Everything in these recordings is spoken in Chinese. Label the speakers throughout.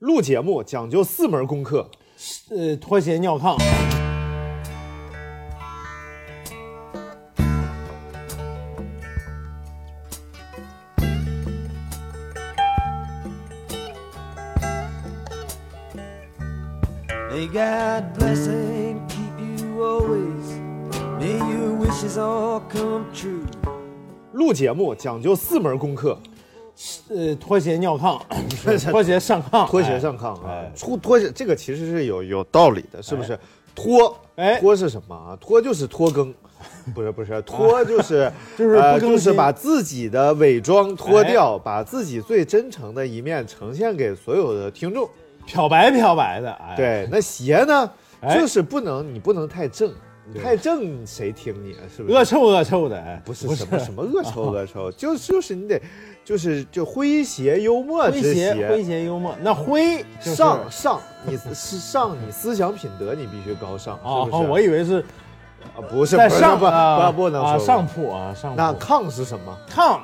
Speaker 1: 录节目讲究四门功课，
Speaker 2: 呃，拖鞋尿炕。
Speaker 3: May God bless and keep you always. May your wishes all come true.
Speaker 1: 录节目讲究四门功课，
Speaker 2: 呃，拖鞋 尿炕，拖鞋上炕，哎
Speaker 1: 拖鞋上炕啊，出拖鞋这个其实是有有道理的，是不是？拖，
Speaker 2: 哎
Speaker 1: 拖是什么啊？拖就是拖更，不是不 是，拖就是
Speaker 2: 就是
Speaker 1: 呃
Speaker 2: 不更
Speaker 1: 就是
Speaker 2: 新哎
Speaker 1: 把自己的伪装脱掉，把自己最真诚的一面呈现给所有的听众。
Speaker 2: 哎漂白漂白的，哎，，
Speaker 1: 对，那鞋呢，
Speaker 2: 哎
Speaker 1: 就是不能你不能太正，你太正谁听你啊？是不是？
Speaker 2: 恶臭恶臭的，哎，
Speaker 1: 不是什么什么恶臭恶 臭，就是就是你得，就是就诙谐幽默
Speaker 2: 诙
Speaker 1: 之
Speaker 2: 谐诙
Speaker 1: 谐，
Speaker 2: 谐幽默，那灰就是
Speaker 1: 上上你是上你思想品德你必须高尚，
Speaker 2: 哦
Speaker 1: 是，不
Speaker 2: 哦
Speaker 1: 是？
Speaker 2: 我以为是
Speaker 1: 啊不是
Speaker 2: 在
Speaker 1: 不是
Speaker 2: 上
Speaker 1: 不
Speaker 2: 啊
Speaker 1: 不不能
Speaker 2: 啊
Speaker 1: 说
Speaker 2: 上铺啊上
Speaker 1: 那
Speaker 2: 铺
Speaker 1: 炕是什么？
Speaker 2: 炕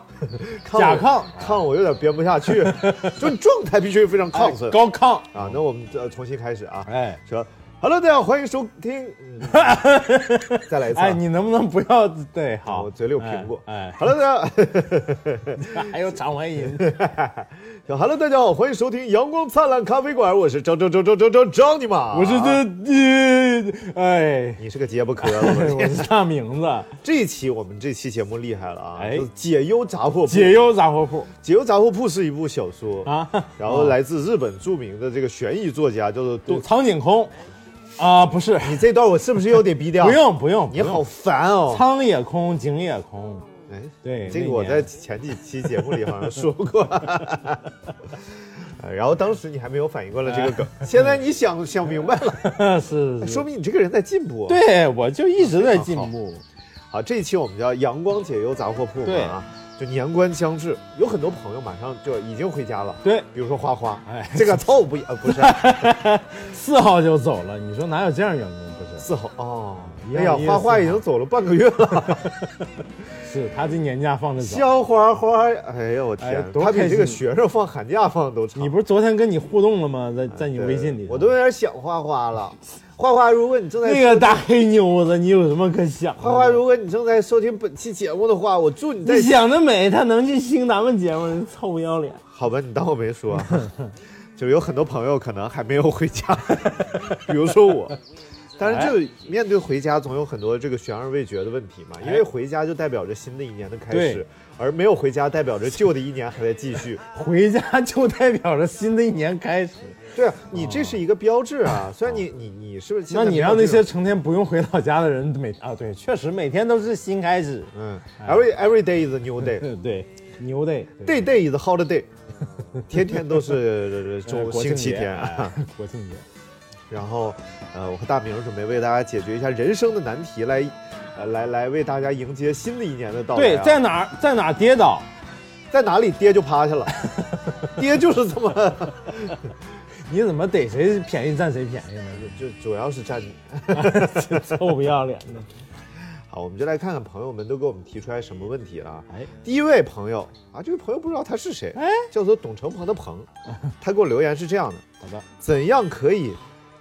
Speaker 1: 炕
Speaker 2: 甲
Speaker 1: 我
Speaker 2: 亢
Speaker 1: 炕我有点编不下 去，就你状态必须非常亢奋
Speaker 2: 哎高亢，
Speaker 1: 啊。那我们呃重新开始啊，
Speaker 2: 哎
Speaker 1: 说 Hello 大家好欢迎收听， 嗯再来一次啊。
Speaker 2: 哎，你能不能不要对好？
Speaker 1: 我嘴里有苹果
Speaker 2: 哎，
Speaker 1: Hello 大家。
Speaker 2: 哎 还有长尾 音，
Speaker 1: 小 Hello，大家好，欢迎收听阳光灿烂咖啡馆，我是张张张张张张张尼玛，
Speaker 2: 我是，这呃，哎，
Speaker 1: 你是个结巴磕了吧
Speaker 2: 我是大名字，
Speaker 1: 这一期我们这期节目厉害了啊，
Speaker 2: 哎
Speaker 1: 就是解忧杂货铺，
Speaker 2: 解忧杂货铺
Speaker 1: 解忧杂货铺是一部小说
Speaker 2: 啊，
Speaker 1: 然后来自日本著名的这个悬疑作家叫做杜，
Speaker 2: 苍井空啊，不是，
Speaker 1: 你这段我是不是又得逼掉？
Speaker 2: 不，用不用，
Speaker 1: 你
Speaker 2: 不用
Speaker 1: 好，烦哦。
Speaker 2: 苍也空，井也空，
Speaker 1: 哎，
Speaker 2: 对
Speaker 1: 这个
Speaker 2: 那
Speaker 1: 我
Speaker 2: 年
Speaker 1: 在前几期节目里好像说过，呃然后当时你还没有反应过来这个梗，现在你想想明白了，
Speaker 2: 是是是，
Speaker 1: 哎说啊明你这个人在进步。。
Speaker 2: 对我就一直在进步，
Speaker 1: 好，这一期我们叫阳光解忧杂货铺嘛
Speaker 2: 对
Speaker 1: 啊，就年关将至，有很多朋友马上就已经回家了。
Speaker 2: 对
Speaker 1: 比如说花花，
Speaker 2: 哎
Speaker 1: 这个凑不呃不 是
Speaker 2: 四号就走了，你说哪有这样员工？不是，
Speaker 1: 伺候哦。
Speaker 2: 一
Speaker 1: 哎
Speaker 2: 样
Speaker 1: 呀
Speaker 2: 意，思
Speaker 1: 花花已经走了半个月 了。
Speaker 2: 是他这年假放的早。
Speaker 1: 肖花花，哎呀我
Speaker 2: 哎
Speaker 1: 天，
Speaker 2: 多
Speaker 1: 他比
Speaker 2: 开
Speaker 1: 这个
Speaker 2: 心
Speaker 1: 学生放寒假放的都长。
Speaker 2: 你不是昨天跟你互动了吗？在在你
Speaker 1: 对
Speaker 2: 微信里，
Speaker 1: 我都有点想花花 了。花花，如果你正在
Speaker 2: 那个大黑妞子，你有什么可想的？
Speaker 1: 花花，如果你正在收听本期节目的话，我祝你在
Speaker 2: 你想得美，他能去听咱们节目，臭不要脸。
Speaker 1: 好吧，你当我没说啊， 就是有很多朋友可能还没有回家， 比如说我。但
Speaker 2: 哎
Speaker 1: 是就面对回家，总有很多这个悬而未决的问题嘛，因为回家就代表着新的一年的开始
Speaker 2: 哎对，
Speaker 1: 而没有回家代表着旧的一年还在继 续。
Speaker 2: 回家就代表着新的一年开始。
Speaker 1: 对啊，你这是一个标志啊。虽然你你你是不是现在
Speaker 2: 哦那你
Speaker 1: 没有
Speaker 2: 让那
Speaker 1: 这种
Speaker 2: 些成天不用回老家的人每啊，对，确实每天都是新开始。
Speaker 1: 嗯，every
Speaker 2: 哎
Speaker 1: every day is a new day，day
Speaker 2: 嗯，对，牛的，对
Speaker 1: day is a holiday，天天都是 周
Speaker 2: 哎国
Speaker 1: 星
Speaker 2: 庆
Speaker 1: 期
Speaker 2: 节
Speaker 1: 天啊。，
Speaker 2: 哎国庆节。
Speaker 1: 然后，呃，我和大明准备为大家解决一下人生的难题，来，呃，来来为大家迎接新的一年的到来
Speaker 2: 对
Speaker 1: 啊、，
Speaker 2: 在哪儿在哪儿跌倒，
Speaker 1: 在哪里跌就趴下了，跌就是这么，
Speaker 2: 你怎么逮谁便宜占谁便宜呢？
Speaker 1: 就主要是站你。
Speaker 2: 臭不要脸的。
Speaker 1: 好，我们就来看看朋友们都给我们提出来什么问题了啊。
Speaker 2: 哎，
Speaker 1: 第一位朋友啊，这位朋友不知道他是谁，
Speaker 2: 哎
Speaker 1: 叫做董成鹏的鹏，他给我留言是这样的：
Speaker 2: 好的，
Speaker 1: 怎样可以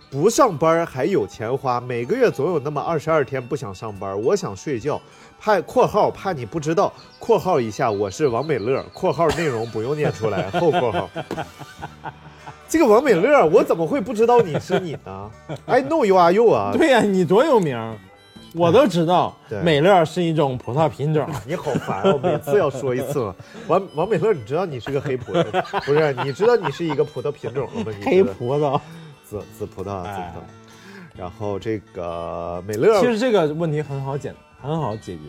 Speaker 1: 不上班还有钱花？每个月总有那么二十二天不想上班，我想睡觉。怕（括号）怕你不知道（括号）一下，我是王美乐（括号）内容不用念出来，后括号。这个王美乐，我怎么会不知道你是你呢？I know you are you 啊！嗯
Speaker 2: 对呀、你多有名儿，我都知道
Speaker 1: 对。
Speaker 2: 美乐是一种葡萄品种，
Speaker 1: 你好烦哦，每次要说一次了。王王美乐，你知道你是个黑葡萄，不是？你知道你是一个葡萄品种了吗？你
Speaker 2: 黑
Speaker 1: 知道
Speaker 2: 葡萄。
Speaker 1: 紫紫葡萄啊，紫葡萄
Speaker 2: 哎。
Speaker 1: 然后这个美乐，
Speaker 2: 其实这个问题很好解，很好解决。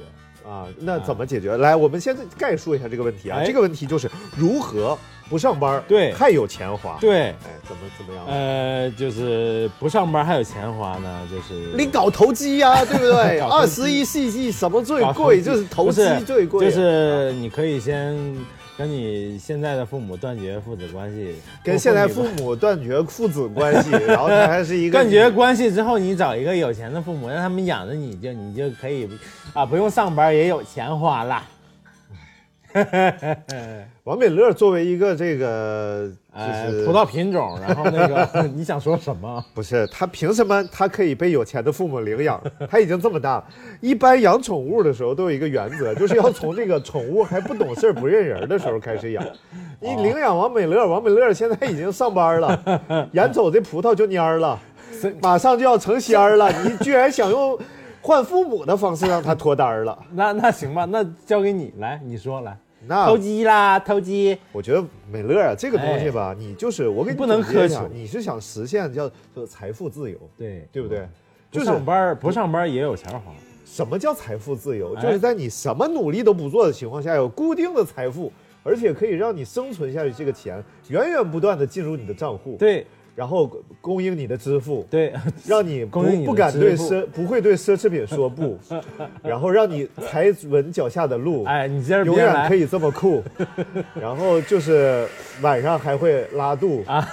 Speaker 1: 啊，那怎么解决？来，我们先概述一下这个问题啊。
Speaker 2: 哎
Speaker 1: 这个问题就是如何不上班，
Speaker 2: 对
Speaker 1: 还有钱花，，
Speaker 2: 对，
Speaker 1: 哎，怎么怎么样？
Speaker 2: 呃，就是不上班还有钱花呢，就是
Speaker 1: 你搞投机呀、对不对？
Speaker 2: 搞
Speaker 1: 二
Speaker 2: 投
Speaker 1: 十
Speaker 2: 机
Speaker 1: 一世纪什么最
Speaker 2: 搞
Speaker 1: 贵？
Speaker 2: 机
Speaker 1: 就是投机
Speaker 2: 不是
Speaker 1: 最贵，啊
Speaker 2: 就是你可以先跟你现在的父母断绝父子关系，
Speaker 1: 跟现在父
Speaker 2: 母
Speaker 1: 母断绝父子关系，然后他还是一个
Speaker 2: 断绝关系之后，你找一个有钱的父母，让他们养着你就你就可以啊，不用上班也有钱花啦。
Speaker 1: 王美乐作为一个这个
Speaker 2: 哎
Speaker 1: 就是、
Speaker 2: 葡萄品种，然后那 个你想说什么？
Speaker 1: 不是他凭什么他可以被有钱的父母领养？他已经这么大了。一般养宠物的时候都有一个原则，就是要从这个宠物还不懂事儿、不认人儿的时候开始养。你领养王美乐，王美乐现在已经上班了，眼瞅这葡萄就蔫儿了，马上就要成仙儿了，你居然想用换父母的方式让他脱单儿了？
Speaker 2: 那那行吧，那交给你来，你说来。
Speaker 1: 那
Speaker 2: 偷鸡啦，偷鸡！
Speaker 1: 我觉得美乐啊，这个东西吧，你就是我给你
Speaker 2: 哎不能
Speaker 1: 总结一
Speaker 2: 苛
Speaker 1: 下
Speaker 2: 求，
Speaker 1: 你是想实现叫叫财富自由，
Speaker 2: 对
Speaker 1: 对不对？
Speaker 2: 不
Speaker 1: 就是
Speaker 2: 嗯上班儿不上班儿也有钱花，
Speaker 1: 什么叫财富自由？
Speaker 2: 哎
Speaker 1: 就是在你什么努力都不做的情况下，有固定的财富，而且可以让你生存下去，这个钱源源不断的进入你的账户，，
Speaker 2: 对
Speaker 1: 然后供应你的支付，
Speaker 2: 对，
Speaker 1: 让你不
Speaker 2: 供应你的
Speaker 1: 不敢对
Speaker 2: 支付
Speaker 1: 奢不会对奢侈品说 不，然后让你踩稳脚下的路，
Speaker 2: 哎，你接着
Speaker 1: 永
Speaker 2: 别
Speaker 1: 远
Speaker 2: 来
Speaker 1: 可，以这么酷，然后就是晚上还会拉 肚啊，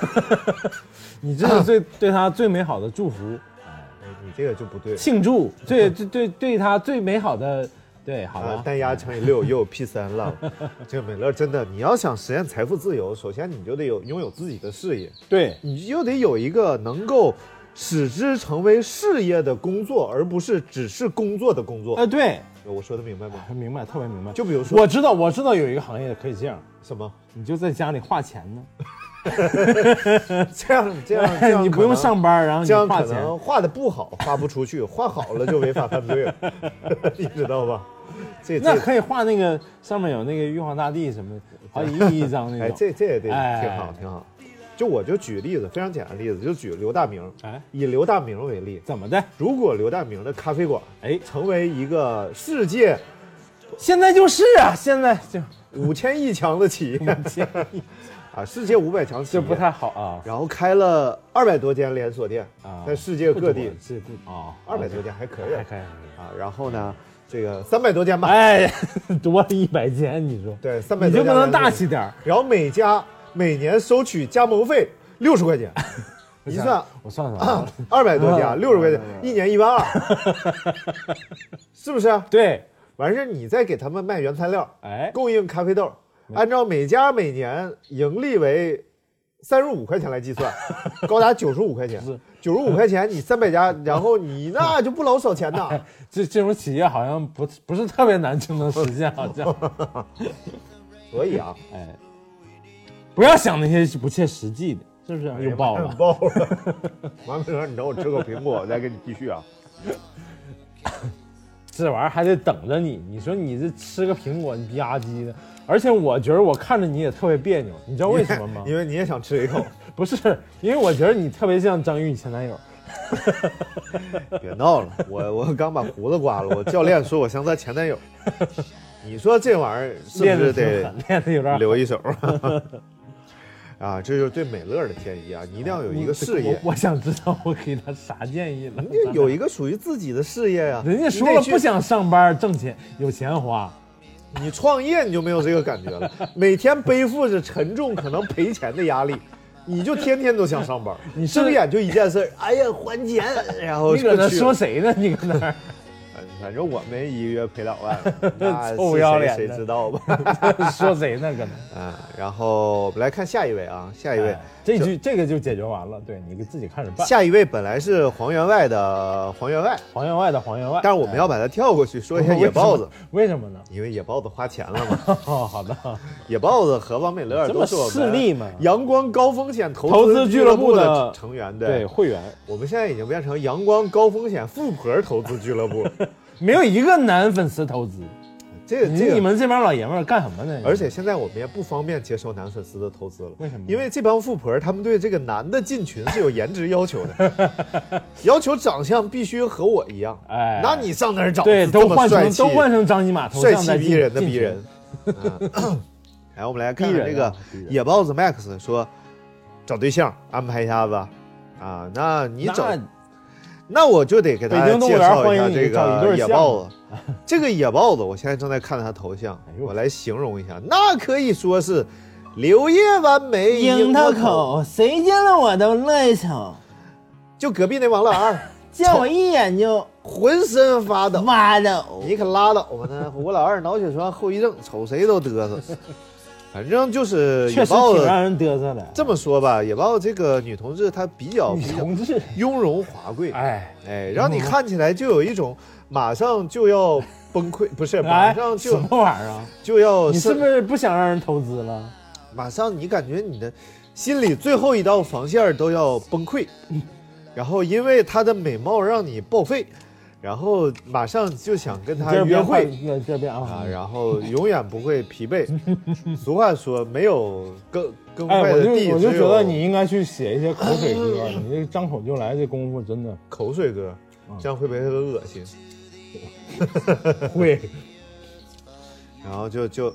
Speaker 2: 你这是最对他最美好的祝福，
Speaker 1: 哎你这个就不对。
Speaker 2: 庆祝，最最对对他最美好的，对，好
Speaker 1: 啊
Speaker 2: 了，，
Speaker 1: 单压乘以六又 P 三了， 这个美乐真的，你要想实现财富自由，首先你就得有拥有自己的事业，
Speaker 2: 对
Speaker 1: 你就得有一个能够使之成为事业的工作，而不是只是工作的工作。
Speaker 2: 呃，对，
Speaker 1: 我说的明白吗？
Speaker 2: 很明白，特别明白。
Speaker 1: 就比如说
Speaker 2: 我知道，我知道有一个行业可以这样，
Speaker 1: 什么
Speaker 2: 你就在家里画钱呢，
Speaker 1: 这样这样这样，
Speaker 2: 哎 你不用，上班，然后
Speaker 1: 这样
Speaker 2: 你画
Speaker 1: 可
Speaker 2: 钱，
Speaker 1: 能画的不好， 画不出去，画好了就违法犯罪了， 你知道吧？这
Speaker 2: 那
Speaker 1: 这
Speaker 2: 可以画那个上面有那个玉皇大帝什么，好几亿一张那
Speaker 1: 哎
Speaker 2: 种。
Speaker 1: 这这也得
Speaker 2: 哎
Speaker 1: 挺好挺好。就我就举例子，非常简单的例子，就举刘大明，
Speaker 2: 哎，
Speaker 1: 以刘大明为例，
Speaker 2: 怎么的？
Speaker 1: 如果刘大明的咖啡馆
Speaker 2: 哎，
Speaker 1: 成为一个世界
Speaker 2: 现在就是啊，现在就
Speaker 1: 五千亿强的企业啊，世界五百强企
Speaker 2: 嗯就
Speaker 1: 业，
Speaker 2: 不太好啊
Speaker 1: 然后开了二百多间连锁店，
Speaker 2: 啊，
Speaker 1: 在世界各地，
Speaker 2: 是不啊，
Speaker 1: 二百多间还可以
Speaker 2: 还可以。
Speaker 1: 啊。然后呢，这个三百多间吧，
Speaker 2: 哎，多一百间，你说
Speaker 1: 对，三百
Speaker 2: 你
Speaker 1: 多
Speaker 2: 就
Speaker 1: 间
Speaker 2: 不能大
Speaker 1: 连锁
Speaker 2: 气
Speaker 1: 店？
Speaker 2: 点儿？
Speaker 1: 然后每家每年收取加盟费六十块 钱，一算嗯
Speaker 2: 我算算啊，
Speaker 1: 二百多家
Speaker 2: 啊
Speaker 1: 六十块钱，一年一万二， 是不是？
Speaker 2: 对，
Speaker 1: 完事儿你再给他们卖原材料，
Speaker 2: 哎，
Speaker 1: 供应咖啡豆，按照每家每年盈利为三十五块钱来计 算，高达九十五块钱。九十五块钱，你三百家，然后你那就不老少钱 呐。
Speaker 2: 这这种企业好像不不是特别难就能实现，好像，
Speaker 1: 所以啊，
Speaker 2: 哎，不要想那些不切实际的，是不是？
Speaker 1: 哎
Speaker 2: 又爆 了，
Speaker 1: 爆了。 王哥，你等我吃口苹果，我再跟你继续啊。
Speaker 2: 这玩意儿还得等着你。你说你这吃个苹果，你吧唧的，而且我觉得我看着你也特别别扭，你知道 为什么吗？
Speaker 1: 因为 你也想吃一 口。
Speaker 2: 不是，因为我觉得你特别像张玉前男友。
Speaker 1: 别闹了，我我刚把胡子刮了，我教练说我像他前男 友。你说这玩意儿是
Speaker 2: 练
Speaker 1: 不是
Speaker 2: 的挺
Speaker 1: 得
Speaker 2: 狠，练的有点狠
Speaker 1: 留一手。 啊，这就是对美乐的建议啊！你一定要有一个事业，
Speaker 2: 我我想知道我给他啥建议了。
Speaker 1: 你得有一个属于自己的事业呀、
Speaker 2: 人家说
Speaker 1: 你
Speaker 2: 了
Speaker 1: 得去
Speaker 2: 不，想上班挣钱，有钱花。
Speaker 1: 你创业你就没有这个感觉了，每天背负着沉重可能赔钱的压力，你就天天都想上班，
Speaker 2: 你是
Speaker 1: 睁眼就一件事儿，哎呀还钱，然后
Speaker 2: 你搁那
Speaker 1: 哦就去
Speaker 2: 说谁呢？你搁那儿
Speaker 1: 了，反正我们一个月赔两万，那是
Speaker 2: 臭不要
Speaker 1: 谁
Speaker 2: 脸的
Speaker 1: 谁知道 吧？
Speaker 2: 说谁呢？搁那儿。
Speaker 1: 啊，然后我们来看下一位啊，下一位。
Speaker 2: 哎这句这个就解决完了，对你给自己看着办。
Speaker 1: 下一位本来是黄员外的黄员外，
Speaker 2: 黄员外的黄员外，
Speaker 1: 但是我们要把它跳过去说一下
Speaker 2: 哎
Speaker 1: 野豹子，，
Speaker 2: 为什么为什么 呢？
Speaker 1: 因为野豹子花钱了嘛。
Speaker 2: 哦，好的，
Speaker 1: 野豹子和王美乐都是我们
Speaker 2: 这么势利吗
Speaker 1: 阳光高风险投
Speaker 2: 投
Speaker 1: 资
Speaker 2: 资
Speaker 1: 俱
Speaker 2: 俱
Speaker 1: 乐
Speaker 2: 乐
Speaker 1: 部
Speaker 2: 部的
Speaker 1: 的成员，对，
Speaker 2: 对会员
Speaker 1: 我们现在已经变成阳光高风险富婆投资俱乐 部，
Speaker 2: 没有一个男粉丝投资，
Speaker 1: 这个
Speaker 2: 你
Speaker 1: 这个
Speaker 2: 你们这帮老爷们儿干什么呢？
Speaker 1: 而且现在我们也不方便接受男粉丝的投资了，
Speaker 2: 为什么
Speaker 1: 因为这帮富婆他们对这个男的进群是有颜值要求的， 要求长相必须和我一样。
Speaker 2: 哎
Speaker 1: 那你上哪儿找？
Speaker 2: 对
Speaker 1: 这
Speaker 2: 都
Speaker 1: 么
Speaker 2: 换
Speaker 1: 帅
Speaker 2: 成
Speaker 1: 气
Speaker 2: 都换成张尼玛头
Speaker 1: 帅
Speaker 2: 像
Speaker 1: 气
Speaker 2: 在
Speaker 1: 逼人的
Speaker 2: 进
Speaker 1: 逼
Speaker 2: 进
Speaker 1: 人。嗯来，我们来看
Speaker 2: 逼
Speaker 1: 看
Speaker 2: 人
Speaker 1: 这个
Speaker 2: 啊逼人
Speaker 1: 野豹子 Max 说，找对象安排一下子啊，那你
Speaker 2: 那
Speaker 1: 找那我就得给大
Speaker 2: 北
Speaker 1: 家
Speaker 2: 京动物
Speaker 1: 介
Speaker 2: 园
Speaker 1: 绍一下
Speaker 2: 欢迎
Speaker 1: 这
Speaker 2: 你找一
Speaker 1: 个
Speaker 2: 对
Speaker 1: 野
Speaker 2: 象
Speaker 1: 豹子。 这个野豹子，我现在正在看它头像，
Speaker 2: 哎呦
Speaker 1: 我来形容一下，那可以说是柳叶弯眉
Speaker 2: 樱
Speaker 1: 桃
Speaker 2: 桃，口，谁见了我都乐意瞅，
Speaker 1: 就隔壁那王老二，
Speaker 2: 见我一眼就
Speaker 4: 浑身发抖。
Speaker 5: 妈的，我
Speaker 4: 你可拉倒吧呢！我老二脑血栓后遗症，瞅谁都嘚瑟。反正就是
Speaker 2: 确
Speaker 4: 野
Speaker 2: 实
Speaker 4: 豹
Speaker 2: 挺
Speaker 4: 子
Speaker 2: 让人嘚瑟的。
Speaker 1: 这么说吧，野豹这个女同志她比较
Speaker 2: 女
Speaker 1: 比较
Speaker 2: 同志，
Speaker 1: 雍容华贵，
Speaker 2: 哎，
Speaker 1: 哎，让你看起来就有一种马上就要崩溃，不是马
Speaker 2: 哎，
Speaker 1: 上
Speaker 2: 什
Speaker 1: 就
Speaker 2: 么玩意儿啊？
Speaker 1: 就要
Speaker 2: 你是不
Speaker 1: 是
Speaker 2: 是不想让人投资了？
Speaker 1: 马上你感觉你的心里最后一道防线儿都要崩溃，
Speaker 2: 嗯
Speaker 1: 然后因为她的美貌让你报废，然后马上就想跟
Speaker 2: 你
Speaker 1: 她
Speaker 2: 这
Speaker 1: 约
Speaker 2: 边换
Speaker 1: 会，
Speaker 2: 这这边
Speaker 1: 啊
Speaker 2: 啊，。
Speaker 1: 然后永远不会疲 惫。俗话说，没有更更
Speaker 2: 哎，
Speaker 1: 快
Speaker 2: 我
Speaker 1: 的
Speaker 2: 就
Speaker 1: 地，
Speaker 2: 我
Speaker 1: 只
Speaker 2: 就
Speaker 1: 有嗯
Speaker 2: 觉得你应该去写一些口水歌，你这张口就来这功夫真的
Speaker 1: 口水歌，
Speaker 2: 嗯
Speaker 1: 这样会不会很恶心？
Speaker 2: 会。
Speaker 1: 然后就就，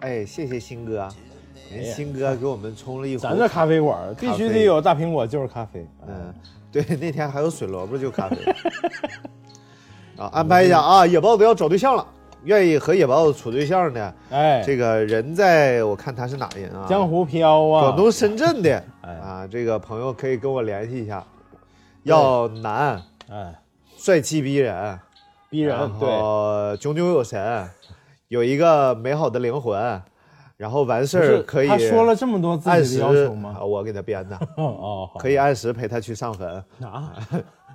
Speaker 1: 哎，谢谢新哥啊，人
Speaker 2: 哎呀
Speaker 1: 新哥给我们冲了一壶，
Speaker 2: 咱这咖啡馆儿必须得有大苹果就是咖啡，啊
Speaker 1: 嗯， 对，那天还有水萝卜就咖啡。 啊，安排一下啊，野豹子要找对象了，愿意和野豹子处对象的，
Speaker 2: 哎，
Speaker 1: 这个人在我看他是哪人啊？
Speaker 2: 江湖飘啊，
Speaker 1: 广东深圳的
Speaker 2: 哎
Speaker 1: 啊，这个朋友可以跟我联系一下，要男，
Speaker 2: 哎，
Speaker 1: 帅气逼人，
Speaker 2: 逼人对，
Speaker 1: 对，炯炯有神，有一个美好的灵魂，然后完事
Speaker 2: 不是
Speaker 1: 儿可以
Speaker 2: 他说了这么多自
Speaker 1: 按
Speaker 2: 己
Speaker 1: 时
Speaker 2: 的要求吗
Speaker 1: 啊，？我给他编的，
Speaker 2: 哦，好
Speaker 1: 可以按时陪他去上坟，
Speaker 2: 啊，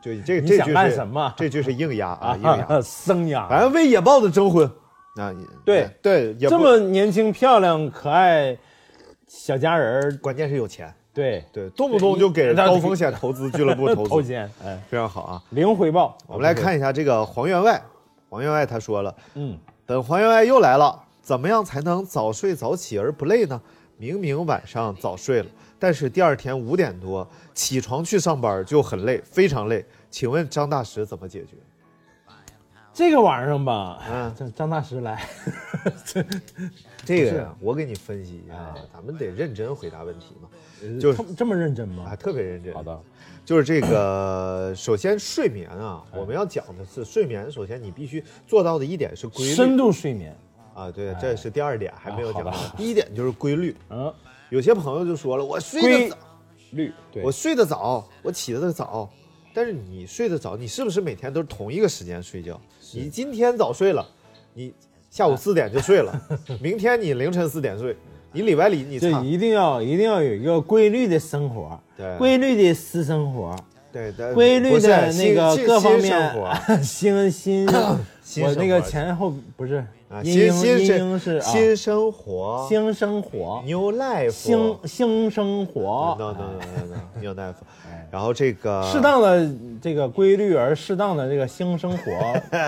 Speaker 1: 就这
Speaker 2: 你
Speaker 1: 这
Speaker 2: 想
Speaker 1: 句
Speaker 2: 干
Speaker 1: 是
Speaker 2: 什么
Speaker 1: 这句是硬压啊，硬压，
Speaker 2: 啊， 生涯
Speaker 1: 反正为野豹子征婚啊，
Speaker 2: 对
Speaker 1: 对，也
Speaker 2: 这
Speaker 1: 不
Speaker 2: 么年轻漂亮可爱小佳人儿，
Speaker 1: 关键是有钱，
Speaker 2: 对，
Speaker 1: 对，动不动就给
Speaker 2: 那
Speaker 1: 高风险投资俱乐部投
Speaker 2: 头
Speaker 1: 资，
Speaker 2: 肩，哎，
Speaker 1: 非常好啊。
Speaker 2: 零回报，
Speaker 1: 我们来看一下这个黄员外，黄员外他说了，
Speaker 2: 嗯，
Speaker 1: 本黄员外又来了，怎么样才能早睡早起而不累呢？明明晚上早睡了，但是第二天五点多起床去上班就很累，非常累。请问张大师怎么解决？
Speaker 2: 这个晚上吧，
Speaker 1: 嗯
Speaker 2: 张张大师来，
Speaker 1: 这个呀我给你分析一下啊，咱们得认真回答问题嘛，就是
Speaker 2: 这么这么认真
Speaker 1: 啊，
Speaker 2: 吗？
Speaker 1: 特别认真。
Speaker 2: 好，的，
Speaker 1: 就是这个，首先睡眠啊，我们要讲的是睡眠。首先你必须做到的一点是规律，
Speaker 2: 深度睡眠，
Speaker 1: 啊，对，这是第二点，还没有讲到
Speaker 2: 好吧。
Speaker 1: 第一点就是规律，
Speaker 2: 嗯，
Speaker 1: 有些朋友就说了，我睡
Speaker 2: 规
Speaker 1: 得早，
Speaker 2: 律，对
Speaker 1: 我，睡得早，我起得早。但是你睡得早，你是不是每天都是同一个时间睡觉？你今天早睡了，你下午四点就睡了，明天你凌晨四点睡，你礼拜里你
Speaker 2: 这
Speaker 1: 差
Speaker 2: 一定要一定要有一个规律的生活，
Speaker 1: 对
Speaker 2: 规律的私生活，
Speaker 1: 对对
Speaker 2: 规律
Speaker 1: 不是
Speaker 2: 的那
Speaker 1: 新
Speaker 2: 个
Speaker 1: 新
Speaker 2: 各方
Speaker 1: 新生活啊
Speaker 2: 面，新新，
Speaker 1: 新
Speaker 2: 我
Speaker 1: 生
Speaker 2: 那个
Speaker 1: 活
Speaker 2: 前后不是
Speaker 1: 啊，
Speaker 2: 阴
Speaker 1: 新
Speaker 2: 英
Speaker 1: 新
Speaker 2: 阴
Speaker 1: 生
Speaker 2: 英是啊，
Speaker 1: 新生活
Speaker 2: 新生活，
Speaker 1: ，New Life，
Speaker 2: 新新生嗯
Speaker 1: no
Speaker 2: 活，
Speaker 1: no no no no，New Life，然后这个，
Speaker 2: 适当哎的这个规律而适当的这个新生 活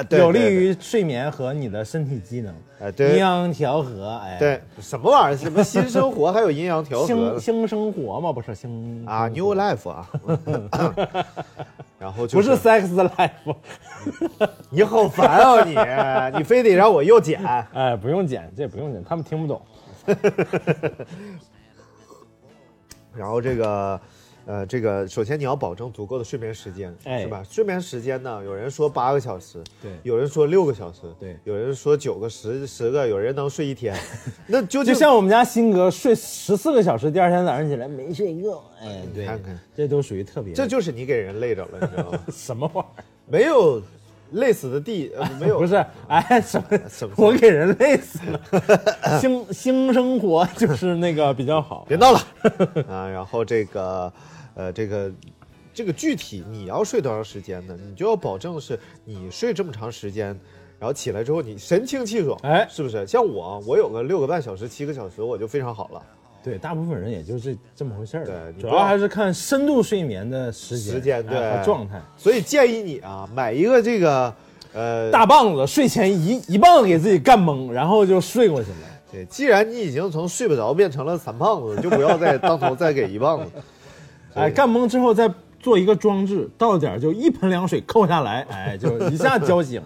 Speaker 1: 对
Speaker 2: 有利
Speaker 1: 对
Speaker 2: 于睡眠和你的身体机能
Speaker 1: 哎对
Speaker 2: 阴阳调和，哎，
Speaker 1: 对，什么玩意儿？什么新生 活，还有阴阳调和
Speaker 2: 新新生活嘛，不是新
Speaker 1: 啊
Speaker 2: 生
Speaker 1: ，New
Speaker 2: 活
Speaker 1: Life 啊。然后就
Speaker 2: 不是 sex life，
Speaker 1: 你好烦啊 你，你非得让我又剪。
Speaker 2: 哎，不用剪，这不用剪，他们听不懂。
Speaker 1: 然后这个，呃，这个首先你要保证足够的睡眠时间，
Speaker 2: 哎
Speaker 1: 是吧？睡眠时间呢，有人说八个小时，
Speaker 2: 对
Speaker 1: 有人说六个小时，
Speaker 2: 对
Speaker 1: 有人说九个、十十个，有人能睡一 天，那究
Speaker 2: 就
Speaker 1: 竟
Speaker 2: 像我们家新哥睡十四个小时，第二天早上起来没睡够，哎，对，
Speaker 1: 看看
Speaker 2: 这都属于特别，
Speaker 1: 这就是你给人累着了，你知道吗？
Speaker 2: 什么玩意儿？
Speaker 1: 没有累死的地， 呃、没有
Speaker 2: 不是，哎，什
Speaker 1: 什
Speaker 2: 么
Speaker 1: 么？
Speaker 2: 我给人累死了。 新新生活就是那个比较好，
Speaker 1: 别闹了 啊！然后这个，呃，这个，这个具体你要睡多长时间呢？你就要保证是你睡这么长时间，然后起来之后你神清气爽，
Speaker 2: 哎
Speaker 1: 是不是？像我，我有个六个半小时、七个小时，我就非常好了。
Speaker 2: 对，大部分人也就这这么回事儿了。
Speaker 1: 对
Speaker 2: 主要还是看深度睡眠的时间、
Speaker 1: 时间
Speaker 2: 哎
Speaker 1: 对、
Speaker 2: 和状态。
Speaker 1: 所以建议你啊，买一个这个，呃，
Speaker 2: 大棒子睡前一一棒子给自己干懵，然后就睡过去了。
Speaker 1: 对，既然你已经从睡不着变成了三胖子，就不要再当头再给一棒子。
Speaker 2: 哎，干懵之后再做一个装置，到点儿就一盆凉水扣下来， 哎，就一下 浇醒。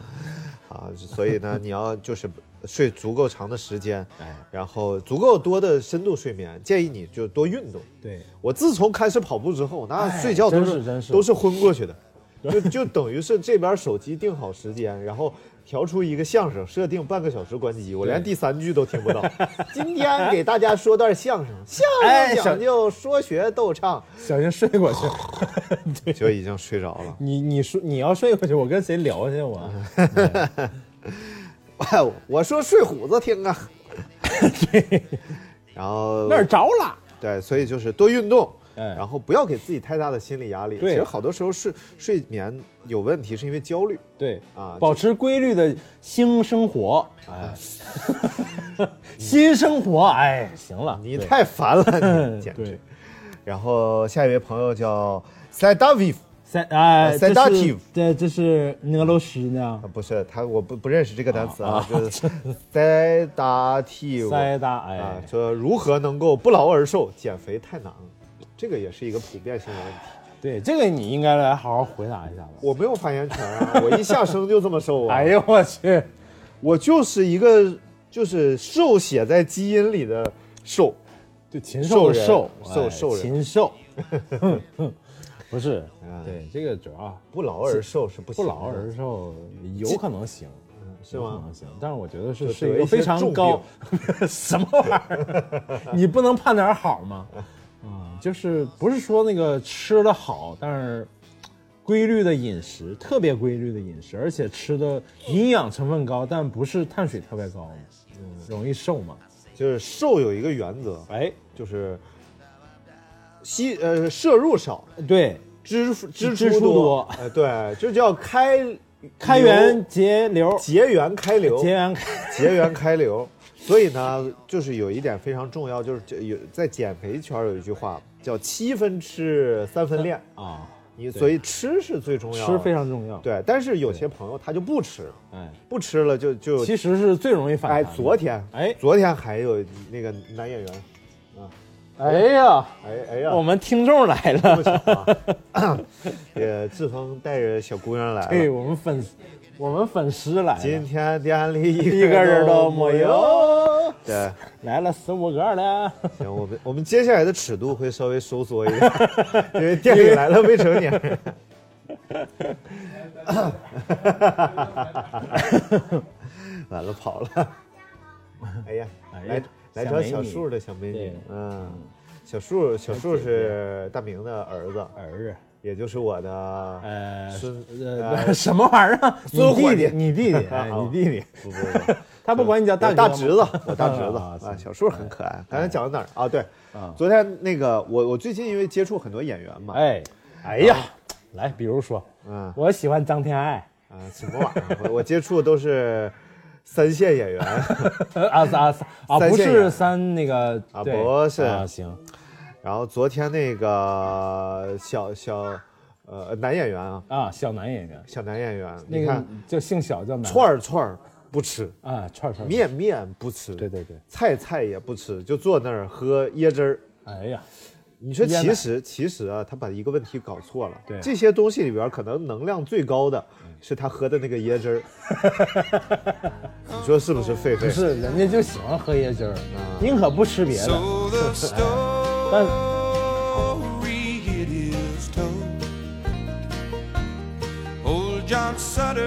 Speaker 1: 啊，所以 呢，你要就是睡足够长的时间，
Speaker 2: 哎
Speaker 1: 然后足够多的深度睡眠，建议你就多运动。
Speaker 2: 对，
Speaker 1: 我自从开始跑步之后，那睡觉都
Speaker 2: 哎真是真是
Speaker 1: 都是昏过去的，就就等于是这边手机定好时间，然后调出一个相声，设定半个小时关机，我连第三句都听不 到。今天给大家说段相声，相
Speaker 2: 哎
Speaker 1: 声
Speaker 2: 小
Speaker 1: 讲究说学逗唱，
Speaker 2: 小心睡过去。对，
Speaker 1: 就已经睡着了。
Speaker 2: 你你说你要睡过去，我跟谁聊 去？我
Speaker 1: 哎，我说睡虎子听啊。 然后
Speaker 2: 那儿着了。
Speaker 1: 对，所以就是多运动，
Speaker 2: 哎
Speaker 1: 然后不要给自己太大的心理压力。
Speaker 2: 对
Speaker 1: 其实好多时候睡睡眠有问题是因为焦虑。
Speaker 2: 对
Speaker 1: 啊
Speaker 2: 保持规律的新生活，哎， 新生活，哎，行了，
Speaker 1: 你
Speaker 2: 对
Speaker 1: 太烦 了，你
Speaker 2: 嗯
Speaker 1: 简直。
Speaker 2: 对，
Speaker 1: 然后下一位朋友叫 s a d a v i
Speaker 2: 塞哎，这是
Speaker 1: 啊 Sedative
Speaker 2: 对，这是俄罗斯呢
Speaker 1: 啊，，不是他，我不不认识这个单词啊，就是 sedative
Speaker 2: 塞达
Speaker 1: 啊
Speaker 2: 哎，，
Speaker 1: 说如何能够不劳而受，减肥太难了，这个也是一个普遍性的问题。
Speaker 2: 对，这个你应该来好好回答一下吧。
Speaker 1: 我没有发言权啊，我一下生就这么瘦啊，
Speaker 2: 哎呦我去，
Speaker 1: 我就是一个就是瘦写在基因里的瘦，
Speaker 2: 就禽兽的
Speaker 1: 兽
Speaker 2: 兽
Speaker 1: 人兽
Speaker 2: 哎
Speaker 1: 兽人
Speaker 2: 禽 兽， 不是
Speaker 1: 哎，
Speaker 2: 对，这个主要
Speaker 1: 不劳而受是不
Speaker 2: 不
Speaker 1: 行的
Speaker 2: 劳而受有可能行。
Speaker 1: 是
Speaker 2: 有可
Speaker 1: 吗？
Speaker 2: 能行，嗯但是我觉得是
Speaker 1: 就是
Speaker 2: 一
Speaker 1: 得一
Speaker 2: 个非
Speaker 1: 些
Speaker 2: 常
Speaker 1: 重
Speaker 2: 高， 什么玩意儿？ 你不能盼点好吗？啊，就是不是说那个吃的好，但是规律的饮食，特别规律的饮食，而且吃的营养成分高，但不是碳水特别高，嗯容易瘦嘛？
Speaker 1: 就是瘦有一个原则，
Speaker 2: 哎，
Speaker 1: 就是吸呃摄入少，
Speaker 2: 对，
Speaker 1: 支付支
Speaker 2: 支
Speaker 1: 出
Speaker 2: 出
Speaker 1: 多
Speaker 2: 多，
Speaker 1: 哎、对，这叫开
Speaker 2: 开源节流，
Speaker 1: 结缘开流，
Speaker 2: 节
Speaker 1: 结
Speaker 2: 源开，
Speaker 1: 缘开流。所以呢，就是有一点非常重要，就是这有在减肥圈有一句话叫七分吃三分练，
Speaker 2: 啊，
Speaker 1: 你
Speaker 2: 对
Speaker 1: 所以吃是最重要的，
Speaker 2: 吃非常重要。，
Speaker 1: 对。但是有些朋友他就不吃，
Speaker 2: 哎，
Speaker 1: 不吃了就就
Speaker 2: 其实是最容易反
Speaker 1: 哎，
Speaker 2: 弹的。
Speaker 1: 昨天
Speaker 2: 哎
Speaker 1: 昨天还有那个男演员，啊
Speaker 2: 哎呀，
Speaker 1: 哎哎 呀，
Speaker 2: 我们听众来了。
Speaker 1: 不巧啊， 也志峰带着小姑娘来了。
Speaker 2: 对我们粉丝，我们粉丝来
Speaker 1: 今
Speaker 2: 了，
Speaker 1: 天店里
Speaker 2: 一
Speaker 1: 一
Speaker 2: 个人都没
Speaker 1: 没。
Speaker 2: 有，
Speaker 1: 对，
Speaker 2: 来啊了十五个了。
Speaker 1: 行，我们我们接下来的尺度会稍微收缩一点，因为店里来了未成年人。完了，跑了。哎呀，
Speaker 2: 哎
Speaker 1: 来来
Speaker 2: 小
Speaker 1: 找
Speaker 2: 美
Speaker 1: 小
Speaker 2: 女
Speaker 1: 树的小美女
Speaker 2: 对，
Speaker 1: 嗯，小树小树是大明的儿子，
Speaker 2: 儿子，
Speaker 1: 也就是我的
Speaker 2: 呃，
Speaker 1: 孙
Speaker 2: 呃， 什么玩意儿啊？
Speaker 1: 孙
Speaker 2: 你
Speaker 1: 伙
Speaker 2: 弟
Speaker 1: 计
Speaker 2: 弟，你弟弟，哎
Speaker 1: 哦
Speaker 2: 你弟弟，
Speaker 1: 不不不，
Speaker 2: 他不管你叫大
Speaker 1: 我
Speaker 2: 哥
Speaker 1: 大
Speaker 2: 吗
Speaker 1: 侄子， 我大侄子
Speaker 2: 啊哎
Speaker 1: 啊，小树很可爱。刚才讲到哪儿啊？对
Speaker 2: 啊，
Speaker 1: 昨天那个我我最近因为接触很多演员嘛，
Speaker 2: 哎，哎呀，来，比如说，
Speaker 1: 嗯
Speaker 2: 我喜欢张 天爱，
Speaker 1: 啊，什么玩意儿？我我接触都是三线演员，
Speaker 2: 啊啊啊，
Speaker 1: 三
Speaker 2: 不
Speaker 1: 线
Speaker 2: 是
Speaker 1: 呀
Speaker 2: 三那个
Speaker 1: 啊
Speaker 2: 对
Speaker 1: 不是
Speaker 2: 啊，行，
Speaker 1: 然后昨天那个 小小呃男演员啊，
Speaker 2: 啊，小男演员，
Speaker 1: 小男演员，
Speaker 2: 那
Speaker 1: 你
Speaker 2: 个
Speaker 1: 看
Speaker 2: 就姓小叫男
Speaker 1: 串儿串儿不吃，
Speaker 2: 啊，串串，
Speaker 1: 面面不吃，
Speaker 2: 对对对，
Speaker 1: 菜菜也不吃，就坐那儿喝椰汁儿。
Speaker 2: 哎呀，
Speaker 1: 你说
Speaker 2: 椰
Speaker 1: 其
Speaker 2: 奶
Speaker 1: 实其实啊，他把一个问题搞错了。
Speaker 2: 对啊嗯
Speaker 1: 这些东西里边可能能量最高的是他喝的那个椰汁 儿。你说是不是，狒
Speaker 2: 不
Speaker 1: 狒？
Speaker 2: 是，人家就喜欢喝椰汁儿，
Speaker 1: 嗯
Speaker 2: 宁可不吃别的。
Speaker 3: So the story it is told. Old John Sutter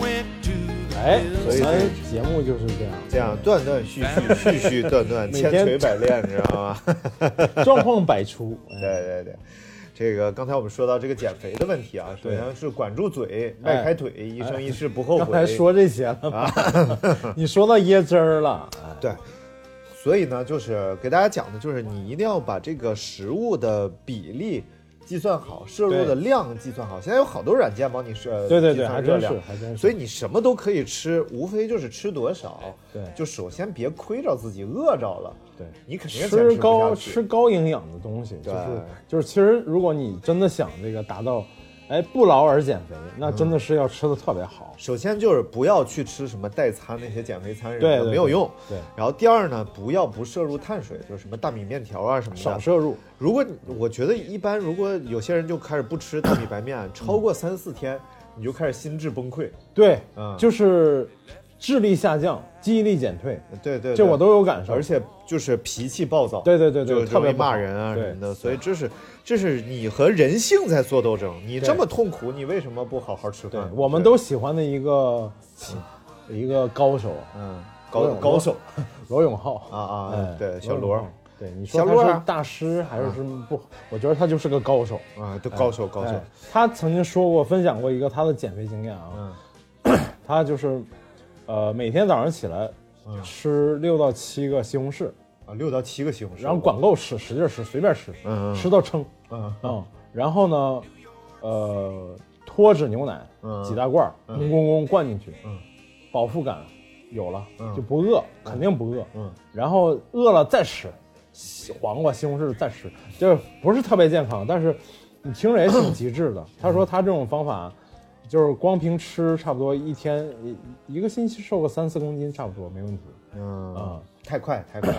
Speaker 3: went to the
Speaker 2: 哎，
Speaker 1: 所以
Speaker 2: 我们节目就是这样，
Speaker 1: 这样断断续续，续续断断，
Speaker 2: 每
Speaker 1: 千
Speaker 2: 天
Speaker 1: 锤百炼，你知道 吗？
Speaker 2: 状况百出。哎
Speaker 1: 对对对。这个刚才我们说到这个减肥的问题啊，首先是管住嘴，迈开腿，一生一世不后
Speaker 2: 哎刚才
Speaker 1: 悔。啊
Speaker 2: 说这些了吗？ 你说到椰汁儿了，哎
Speaker 1: 对，所以呢，就是给大家讲的，就是你一定要把这个食物的比例计算好，摄入的
Speaker 2: 对
Speaker 1: 量计算好。现在有好多软件帮你设，
Speaker 2: 对对
Speaker 1: 计
Speaker 2: 对，
Speaker 1: 算
Speaker 2: 还
Speaker 1: 热
Speaker 2: 真
Speaker 1: 量
Speaker 2: 是，还真是。
Speaker 1: 所以你什么都可以吃，无非就是吃多少。
Speaker 2: 对
Speaker 1: 就首先别亏着自己，饿着了，
Speaker 2: 对
Speaker 1: 你肯定先
Speaker 2: 吃
Speaker 1: 不
Speaker 2: 高
Speaker 1: 下
Speaker 2: 吃
Speaker 1: 去。
Speaker 2: 高营养的东西，就
Speaker 1: 对
Speaker 2: 是就是，其实如果你真的想这个达到，哎，不劳而减肥，那真的
Speaker 1: 嗯
Speaker 2: 是要吃的特别好。
Speaker 1: 首先就是不要去吃什么代餐那些减肥餐什么
Speaker 2: 对
Speaker 1: 的，
Speaker 2: 对
Speaker 1: 没有
Speaker 2: 对
Speaker 1: 用。
Speaker 2: 对
Speaker 1: 然后第二呢，不要不摄入碳水，就是什么大米面条啊什么的，
Speaker 2: 少摄入，
Speaker 1: 如果你我觉得一般，如果有些人就开始不吃大米白面，超过三四天，你就开始心智崩溃。
Speaker 2: 对
Speaker 1: 嗯，
Speaker 2: 就是智力下降、记忆力减退，
Speaker 1: 对对，
Speaker 2: 这
Speaker 1: 对
Speaker 2: 我都有感受。
Speaker 1: 而且就是脾气暴躁，
Speaker 2: 对对对对
Speaker 1: 就
Speaker 2: 特别
Speaker 1: 容易
Speaker 2: 不好
Speaker 1: 骂人啊
Speaker 2: 对
Speaker 1: 什么的，所以这是这是你和人性在做斗争。你这么痛苦，你为什么不好好吃
Speaker 2: 对
Speaker 1: 饭？
Speaker 2: 我们都喜欢的一个一个高手
Speaker 1: 嗯，
Speaker 2: 罗
Speaker 1: 高
Speaker 2: 永
Speaker 1: 高
Speaker 2: 罗
Speaker 1: 手
Speaker 2: 罗永浩
Speaker 1: 啊啊
Speaker 2: 哎
Speaker 1: 对小
Speaker 2: 永
Speaker 1: 罗
Speaker 2: 浩对你说
Speaker 1: 小
Speaker 2: 他
Speaker 1: 罗
Speaker 2: 是
Speaker 1: 啊
Speaker 2: 大师还是什么不？我觉得他就是个高手。
Speaker 1: 啊，都高手高手
Speaker 2: 哎，他曾经说过，分享过一个他的减肥经验啊。
Speaker 1: 嗯
Speaker 2: 他就是，呃，每天早上起来、
Speaker 1: 嗯
Speaker 2: 吃六到七个西红柿，
Speaker 1: 啊，六到七个西红柿，
Speaker 2: 然后管够吃，使劲吃，随便吃，
Speaker 1: 嗯嗯
Speaker 2: 吃到撑。
Speaker 1: 嗯
Speaker 2: 嗯，然后呢，呃，脱脂牛奶
Speaker 1: 嗯
Speaker 2: 几大罐儿，咣咣咣灌进去，
Speaker 1: 嗯，
Speaker 2: 饱腹感有了
Speaker 1: 嗯
Speaker 2: 就不饿，肯定不饿。
Speaker 1: 嗯，
Speaker 2: 然后饿了再吃西黄瓜、西红柿再吃，就是不是特别健康，但是你听着也挺极致的。他说他这种方法。就是光凭吃，差不多一天一一个星期瘦个三四公斤，差不多没问题
Speaker 1: 嗯，
Speaker 2: 啊、
Speaker 1: 太快太 快，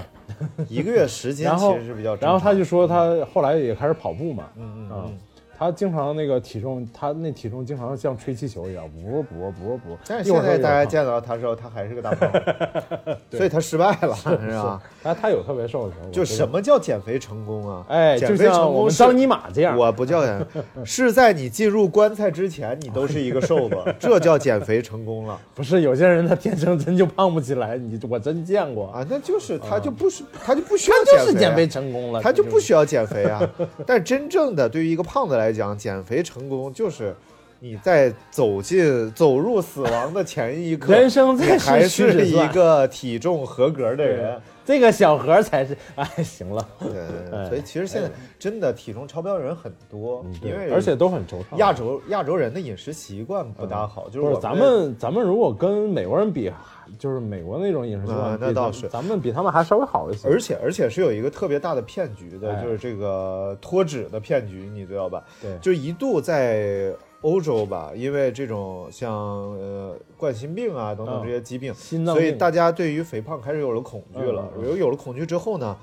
Speaker 1: 一个月时间
Speaker 2: 然
Speaker 1: 其
Speaker 2: 后
Speaker 1: 实是比较正常的，
Speaker 2: 然后他就说他后来也开始跑步嘛，
Speaker 1: 嗯嗯
Speaker 2: 啊
Speaker 1: 嗯，，
Speaker 2: 他经常那个体重，他那体重经常像吹气球一样，不不不不。
Speaker 1: 但是
Speaker 2: 一会
Speaker 1: 现
Speaker 2: 儿
Speaker 1: 在
Speaker 2: 说一会儿啊
Speaker 1: 大家
Speaker 2: 胖
Speaker 1: 见到他之后，他还是个大胖子， 所以他失败了，是吧？
Speaker 2: 哎，他有特别瘦的时
Speaker 1: 就
Speaker 2: 候，我觉得
Speaker 1: 什么叫减肥成功啊？
Speaker 2: 哎，
Speaker 1: 减
Speaker 2: 就
Speaker 1: 肥
Speaker 2: 像
Speaker 1: 成
Speaker 2: 我
Speaker 1: 功
Speaker 2: 们
Speaker 1: 是
Speaker 2: 张尼玛这样，
Speaker 1: 我不叫减， 是在你进入棺材之前，你都是一个瘦子，这叫减肥成功 了
Speaker 2: 不是有些人他天生真就胖不起来，你我真见过，
Speaker 1: 啊！那就是他就不是他就不需要
Speaker 2: 啊他就是
Speaker 1: 减
Speaker 2: 减肥
Speaker 1: 肥啊。
Speaker 2: 成功了，
Speaker 1: 他就
Speaker 2: 这
Speaker 1: 不需要减肥啊，但真正的对于一个胖子来讲，减肥成功就是你在走进走入死亡的前一刻，
Speaker 2: 人生
Speaker 1: 你
Speaker 2: 在世
Speaker 1: 还
Speaker 2: 虚
Speaker 1: 是
Speaker 2: 指
Speaker 1: 一
Speaker 2: 算
Speaker 1: 个体重合格的人
Speaker 2: 对，这个小何才是哎，行了，
Speaker 1: 对，
Speaker 2: 哎嗯
Speaker 1: 所以其实现在真的体重超标人很多，因为
Speaker 2: 而且都很惆怅。
Speaker 1: 亚洲亚洲人的饮食习惯不大好，就是
Speaker 2: 嗯不
Speaker 1: 我
Speaker 2: 是咱们咱们如果跟美国人比，就是美国那种饮食习
Speaker 1: 嗯
Speaker 2: 惯，
Speaker 1: 那
Speaker 2: 比咱
Speaker 1: 倒是
Speaker 2: 咱们比他们还稍微好一些。
Speaker 1: 而且而且是有一个特别大的骗局的，
Speaker 2: 哎
Speaker 1: 就是这个脱脂的骗局，你知道吧？
Speaker 2: 对
Speaker 1: 就一度在欧洲吧，因为这种像呃冠心病啊等等
Speaker 2: 嗯
Speaker 1: 这些疾病，
Speaker 2: 心脏
Speaker 1: 所
Speaker 2: 病
Speaker 1: 以大家对于肥胖开始有了恐惧了。
Speaker 2: 嗯嗯嗯
Speaker 1: 有有了恐惧之后呢，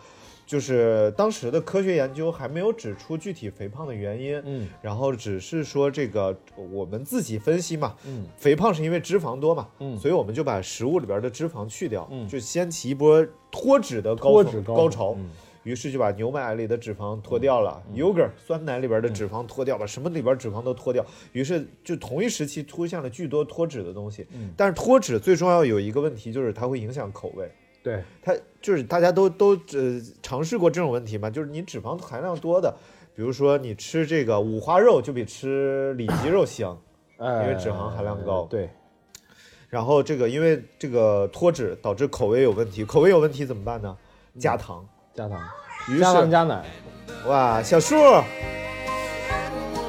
Speaker 1: 就是当时的科学研究还没有指出具体肥胖的原因，
Speaker 2: 嗯
Speaker 1: 然后只是说这个我们自己分析嘛，
Speaker 2: 嗯，
Speaker 1: 肥胖是因为脂肪多嘛，
Speaker 2: 嗯
Speaker 1: 所以我们就把食物里边的脂肪去掉，
Speaker 2: 嗯
Speaker 1: 就掀起一波脱脂的高
Speaker 2: 脱
Speaker 1: 峰
Speaker 2: 脂高
Speaker 1: 高
Speaker 2: 峰
Speaker 1: 潮。
Speaker 2: 嗯
Speaker 1: 于是就把牛奶里的脂肪脱掉了、y o g u r t 酸奶里边的脂肪脱掉了，
Speaker 2: 嗯
Speaker 1: 什么里边脂肪都脱掉。于是就同一时期出现了巨多脱脂的东西。
Speaker 2: 嗯
Speaker 1: 但是脱脂最重要有一个问题就是它会影响口味，
Speaker 2: 对，
Speaker 1: 它就是大家都都呃尝试过这种问题嘛，就是你脂肪含量多的，比如说你吃这个五花肉就比吃里脊肉香，
Speaker 2: 因
Speaker 1: 因为脂肪含量高
Speaker 2: 哎对，
Speaker 1: 然后这个因为这个脱脂导致口味有问题，口味有问题怎么办呢？加糖。
Speaker 2: 加糖，
Speaker 1: 于
Speaker 2: 加糖
Speaker 1: 是
Speaker 2: 加奶，
Speaker 1: 哇，小树，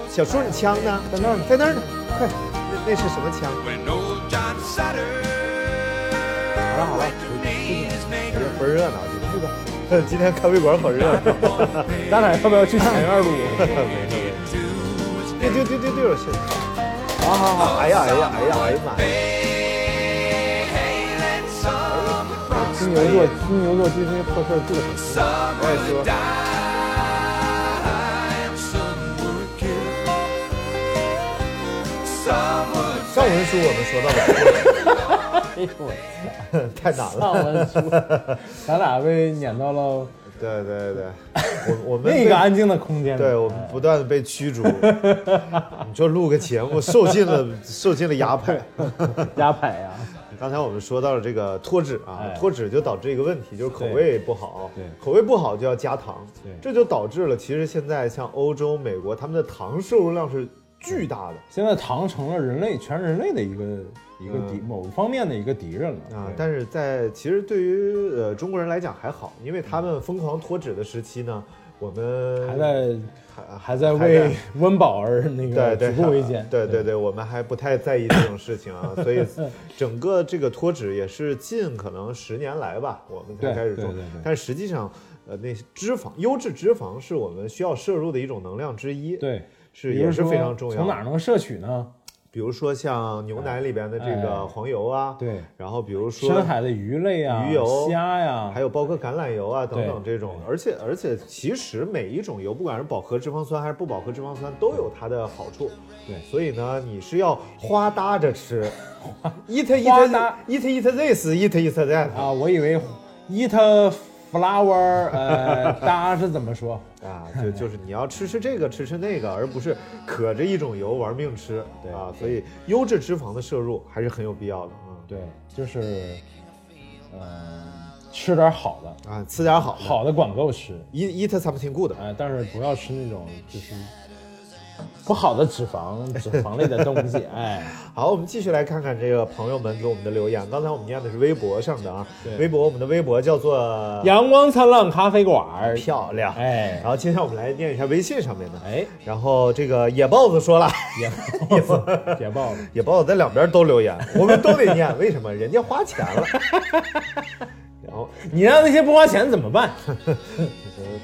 Speaker 1: 小树你枪呢？在那儿呢，在那儿呢，快，那那是什么枪？
Speaker 5: When old John Sutter
Speaker 2: 好了好了，
Speaker 5: made his
Speaker 1: 这
Speaker 5: name
Speaker 1: 倍儿热闹，是吧？ 今天咖啡馆好热 闹。
Speaker 2: 咱俩要不要去前院录？
Speaker 1: 丢丢丢丢丢，是。好好好，哎呀哎呀哎呀，哎呀妈呀！
Speaker 2: 金牛座，金牛座今天破事儿做什么？
Speaker 1: 我也说，上文书我们说到哪儿
Speaker 2: 哎呦我
Speaker 1: 了？ 太难了。
Speaker 2: 上文书， 咱俩被撵到了
Speaker 1: 对对对，我我们
Speaker 2: 另一
Speaker 1: 被
Speaker 2: 个安静的空间里。
Speaker 1: 对我们不断的被驱 逐，你就录个节目，受尽了受尽了压 迫。
Speaker 2: 压牌呀，
Speaker 1: 刚才我们说到了这个脱脂啊
Speaker 2: 哎，
Speaker 1: 脱脂就导致一个问题，就是口味不好。
Speaker 2: 对
Speaker 1: 口味不好就要加糖
Speaker 2: 对，
Speaker 1: 这就导致了其实现在像欧洲、美国，他们的糖摄入量是巨大的
Speaker 2: 现在糖成了人类全人类的一个一个敌，某方面的一个敌人了
Speaker 1: 啊
Speaker 2: 对。
Speaker 1: 但是在其实对于呃中国人来讲还好，因为他们疯狂脱脂的时期呢，我们
Speaker 2: 还在
Speaker 1: 还
Speaker 2: 还在
Speaker 1: 还
Speaker 2: 为 温饱而那
Speaker 1: 对
Speaker 2: 个
Speaker 1: 对啊
Speaker 2: 举步维艰。
Speaker 1: 对对对，我们还不太在意这种事情啊，所 以整个这个脱脂也是近可能十年来吧，我们才
Speaker 2: 对
Speaker 1: 开始
Speaker 2: 对
Speaker 1: 种
Speaker 2: 对对，
Speaker 1: 但实际上。呃，那些脂肪，优质脂肪是我们需要摄入的一种能量之一，，
Speaker 2: 对，
Speaker 1: 是
Speaker 2: 比
Speaker 1: 也
Speaker 2: 如
Speaker 1: 是
Speaker 2: 说
Speaker 1: 非常重要的。
Speaker 2: 从哪儿能摄取呢？
Speaker 1: 比如说像牛奶里边的这
Speaker 2: 哎
Speaker 1: 个黄油啊，
Speaker 2: 对，
Speaker 1: 然后比如说
Speaker 2: 深海的鱼类啊、
Speaker 1: 鱼油
Speaker 2: 虾呀、
Speaker 1: 还有包括橄榄油啊等等
Speaker 2: 对
Speaker 1: 这种，而且而且其实每一种油，不管是饱和脂肪酸还是不饱和脂肪酸，都有它的好处。
Speaker 2: 对
Speaker 1: 所以呢，你是要花搭着吃，eat eat
Speaker 2: 花搭
Speaker 1: eat eat this eat eat that
Speaker 2: 啊，我以为 eat flower 呃搭是怎么说？
Speaker 1: 啊，就就是你要吃吃这个吃吃那个，而不是可着一种油玩命吃。对啊，所以优质脂肪的摄入还是很有必要的。嗯，
Speaker 2: 对，就是嗯、吃点好的，
Speaker 1: 啊，吃点好的
Speaker 2: 好的管够吃，
Speaker 1: ，eat eat something good。
Speaker 2: 啊，但是不要吃那种就是不好的脂肪脂肪类的东西，哎，
Speaker 1: 好，我们继续来看看这个朋友们给我们的留言。刚才我们念的是微博上的啊
Speaker 2: 对，
Speaker 1: 微博我们的微博叫做
Speaker 2: 阳光灿烂咖啡馆儿，
Speaker 1: 漂亮。
Speaker 2: 哎
Speaker 1: 然后接下来我们来念一下微信上面的。
Speaker 2: 哎，
Speaker 1: 然后这个野豹子说了，
Speaker 2: 野豹子，野豹子，
Speaker 1: 野豹子在两边都留言， 我们都得念，为什么？人家花钱了。然后
Speaker 2: 你让那些不花钱怎么办？
Speaker 1: 呃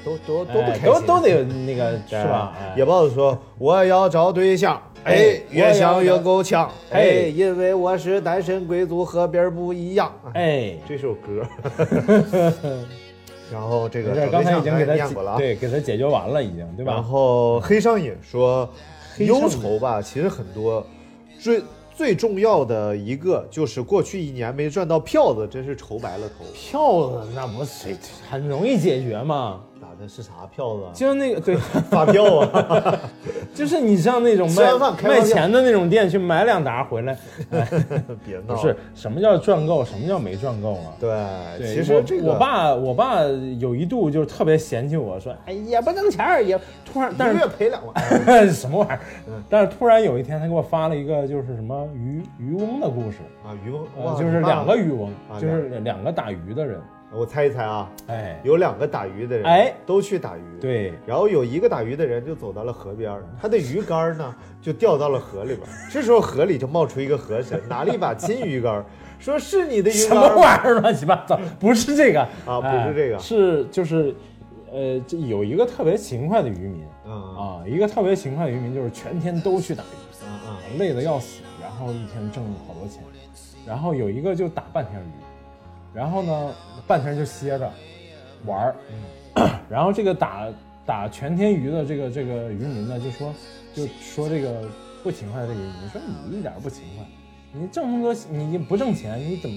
Speaker 1: 都都都不
Speaker 2: 哎
Speaker 1: 开心，
Speaker 2: 都都得有那个是吧？哎
Speaker 1: 野豹子说：“我要找对象，
Speaker 2: 哎
Speaker 1: 哎，越想越够呛，
Speaker 2: 哎
Speaker 1: 哎，因为我是单身贵族，和别人不一样。”
Speaker 2: 哎，
Speaker 1: 这首 歌。 然后这
Speaker 2: 没
Speaker 1: 个
Speaker 2: 事，
Speaker 1: 找
Speaker 2: 刚
Speaker 1: 对
Speaker 2: 才
Speaker 1: 象
Speaker 2: 已经给
Speaker 1: 咱也
Speaker 2: 他
Speaker 1: 念过了
Speaker 2: 解
Speaker 1: 啊。
Speaker 2: 对给他解决完了，已经对
Speaker 1: 然
Speaker 2: 吧？
Speaker 1: 后黑上瘾说，
Speaker 2: 上瘾
Speaker 1: 忧愁吧，其实很多，最最重要的一个就是过去一年没赚到票子，真是愁白了头。
Speaker 2: 票子那不谁很容易解决嘛？
Speaker 1: 打的是啥票子啊？
Speaker 2: 就是那个对，
Speaker 1: 发票啊！
Speaker 2: 就是你上那种
Speaker 1: 吃
Speaker 2: 卖
Speaker 1: 完饭开
Speaker 2: 卖
Speaker 1: 发票
Speaker 2: 钱的那种店去买两沓回来，哎
Speaker 1: 别闹
Speaker 2: 不
Speaker 1: 了。
Speaker 2: 是什么叫赚够，什么叫没赚够啊？
Speaker 1: 对，
Speaker 2: 对
Speaker 1: 其
Speaker 2: 我
Speaker 1: 实这个
Speaker 2: 我爸我爸有一度就是特别嫌弃我说，哎也不挣钱儿也突然，但
Speaker 1: 一
Speaker 2: 是
Speaker 1: 个月赔两 万。啊
Speaker 2: 什么玩意儿？
Speaker 1: 嗯
Speaker 2: 但是突然有一天，他给我发了一个就是什么渔渔翁的故事，
Speaker 1: 啊，渔翁
Speaker 2: 呃，就是两个，渔翁，
Speaker 1: 啊
Speaker 2: 就是两两个打鱼的人，
Speaker 1: 我猜一猜啊，
Speaker 2: 哎，
Speaker 1: 有两个打鱼的人，
Speaker 2: 哎，
Speaker 1: 都去打鱼，，
Speaker 2: 对，
Speaker 1: 然后有一个打鱼的人就走到了河边儿，他的鱼竿儿呢就掉到了河里边儿，这时候河里就冒出一个河神，拿了一把金鱼竿儿，说是你的鱼
Speaker 2: 什
Speaker 1: 竿
Speaker 2: 么
Speaker 1: 儿吗？
Speaker 2: 玩意儿乱七八糟，不是这个
Speaker 1: 啊
Speaker 2: 哎
Speaker 1: 不是这个
Speaker 2: 是就是，呃，这有一个特别勤快的渔民
Speaker 1: 嗯
Speaker 2: 啊，一个特别勤快的渔民就是全天都去打鱼，
Speaker 1: 嗯嗯，
Speaker 2: 累得要死，然后一天挣好多钱，然后有一个就打半天鱼，然后呢半天就歇着玩儿， 然后这个打打全天鱼的这个这个渔民呢就说就说这个不勤快的这个渔民说你一点儿不勤快，你挣那么多你不挣钱你怎么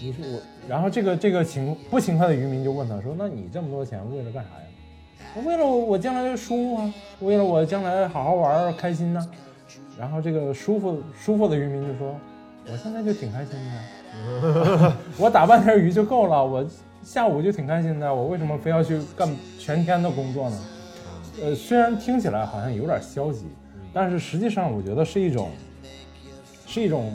Speaker 2: 你说我，然后这个这个勤不勤快的渔民就问他说那你这么多钱为了干啥呀？为了我我将来舒服啊，为了我将来好好玩儿开心呢、然后这个舒服舒服的渔民就说：“我现在就挺开心的， 我打半天鱼就够了，我下午就挺开心的，我为什么非要去干全天的工作呢？”呃，虽然听起来好像有点消极，但是实际上我觉得是一种，是一种